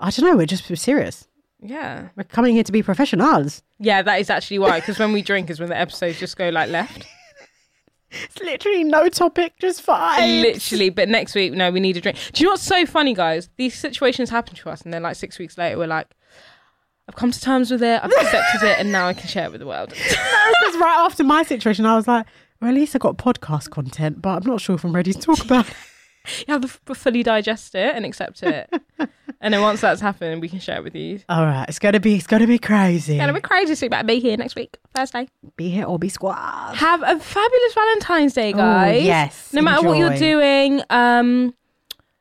S2: I don't know. We're just serious.
S1: Yeah,
S2: We're coming here to be professionals.
S1: yeah. That is actually why. Because when we drink is when the episodes just go like left.
S2: It's literally no topic, just fine.
S1: Literally, but next week, no, we need a drink. Do you know what's so funny, guys? These situations happen to us, and then like six weeks later, we're like, I've come to terms with it, I've accepted it, and now I can share it with the world.
S2: Because right after my situation, I was like, well, at least I got podcast content, but I'm not sure if I'm ready to talk about it.
S1: you have to f- fully digest it and accept it. and then once that's happened, we can share it with you.
S2: All right, it's gonna be, it's gonna be crazy.
S1: And we're crazy soon, but I'll be here next week, Thursday.
S2: be here or be squad.
S1: Have a fabulous Valentine's Day, guys.
S2: yes,
S1: No matter what you're
S2: enjoy.
S1: doing, um,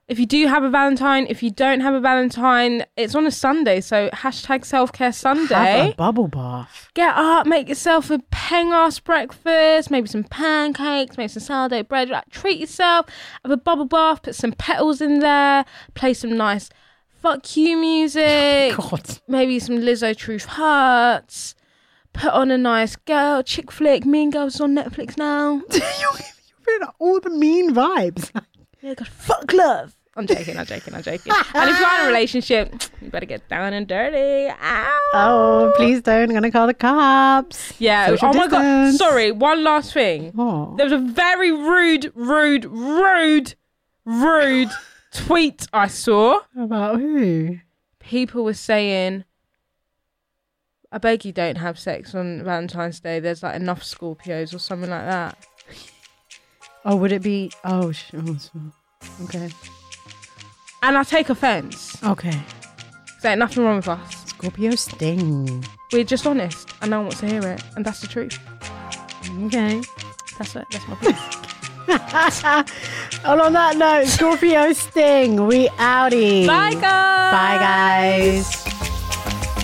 S1: if you do have a Valentine, if you don't have a Valentine, it's on a Sunday. So hashtag self care Sunday.
S2: Have a bubble bath.
S1: Get up, make yourself a peng ass breakfast, maybe some pancakes, maybe some sourdough bread. Like, treat yourself, have a bubble bath, put some petals in there, play some nice fuck you music,
S2: God,
S1: maybe some Lizzo Truth Hurts, put on a nice girl chick flick. Mean Girls is on Netflix now.
S2: you're, you're bringing all the mean vibes.
S1: Yeah, God, fuck love. I'm joking, I'm joking, I'm joking. and if you're in a relationship, you better get down and dirty. Ow.
S2: Oh, please don't! I'm gonna call the cops.
S1: Yeah.
S2: Social
S1: oh my god.
S2: distance.
S1: Sorry. One last thing.
S2: Oh.
S1: There was a very rude, rude, rude, rude tweet I saw.
S2: About who?
S1: People were saying, "I beg you, don't have sex on Valentine's Day. There's like enough Scorpios or something like that."
S2: Oh, would it be? Oh, sh- oh, s- okay,
S1: And I take offence.
S2: okay.
S1: There's nothing wrong with us.
S2: Scorpio sting.
S1: We're just honest, and no one wants to hear it, and that's the truth.
S2: Okay.
S1: That's it. That's my point.
S2: and on that note, Scorpio sting. We outie.
S1: Bye, guys.
S2: Bye, guys.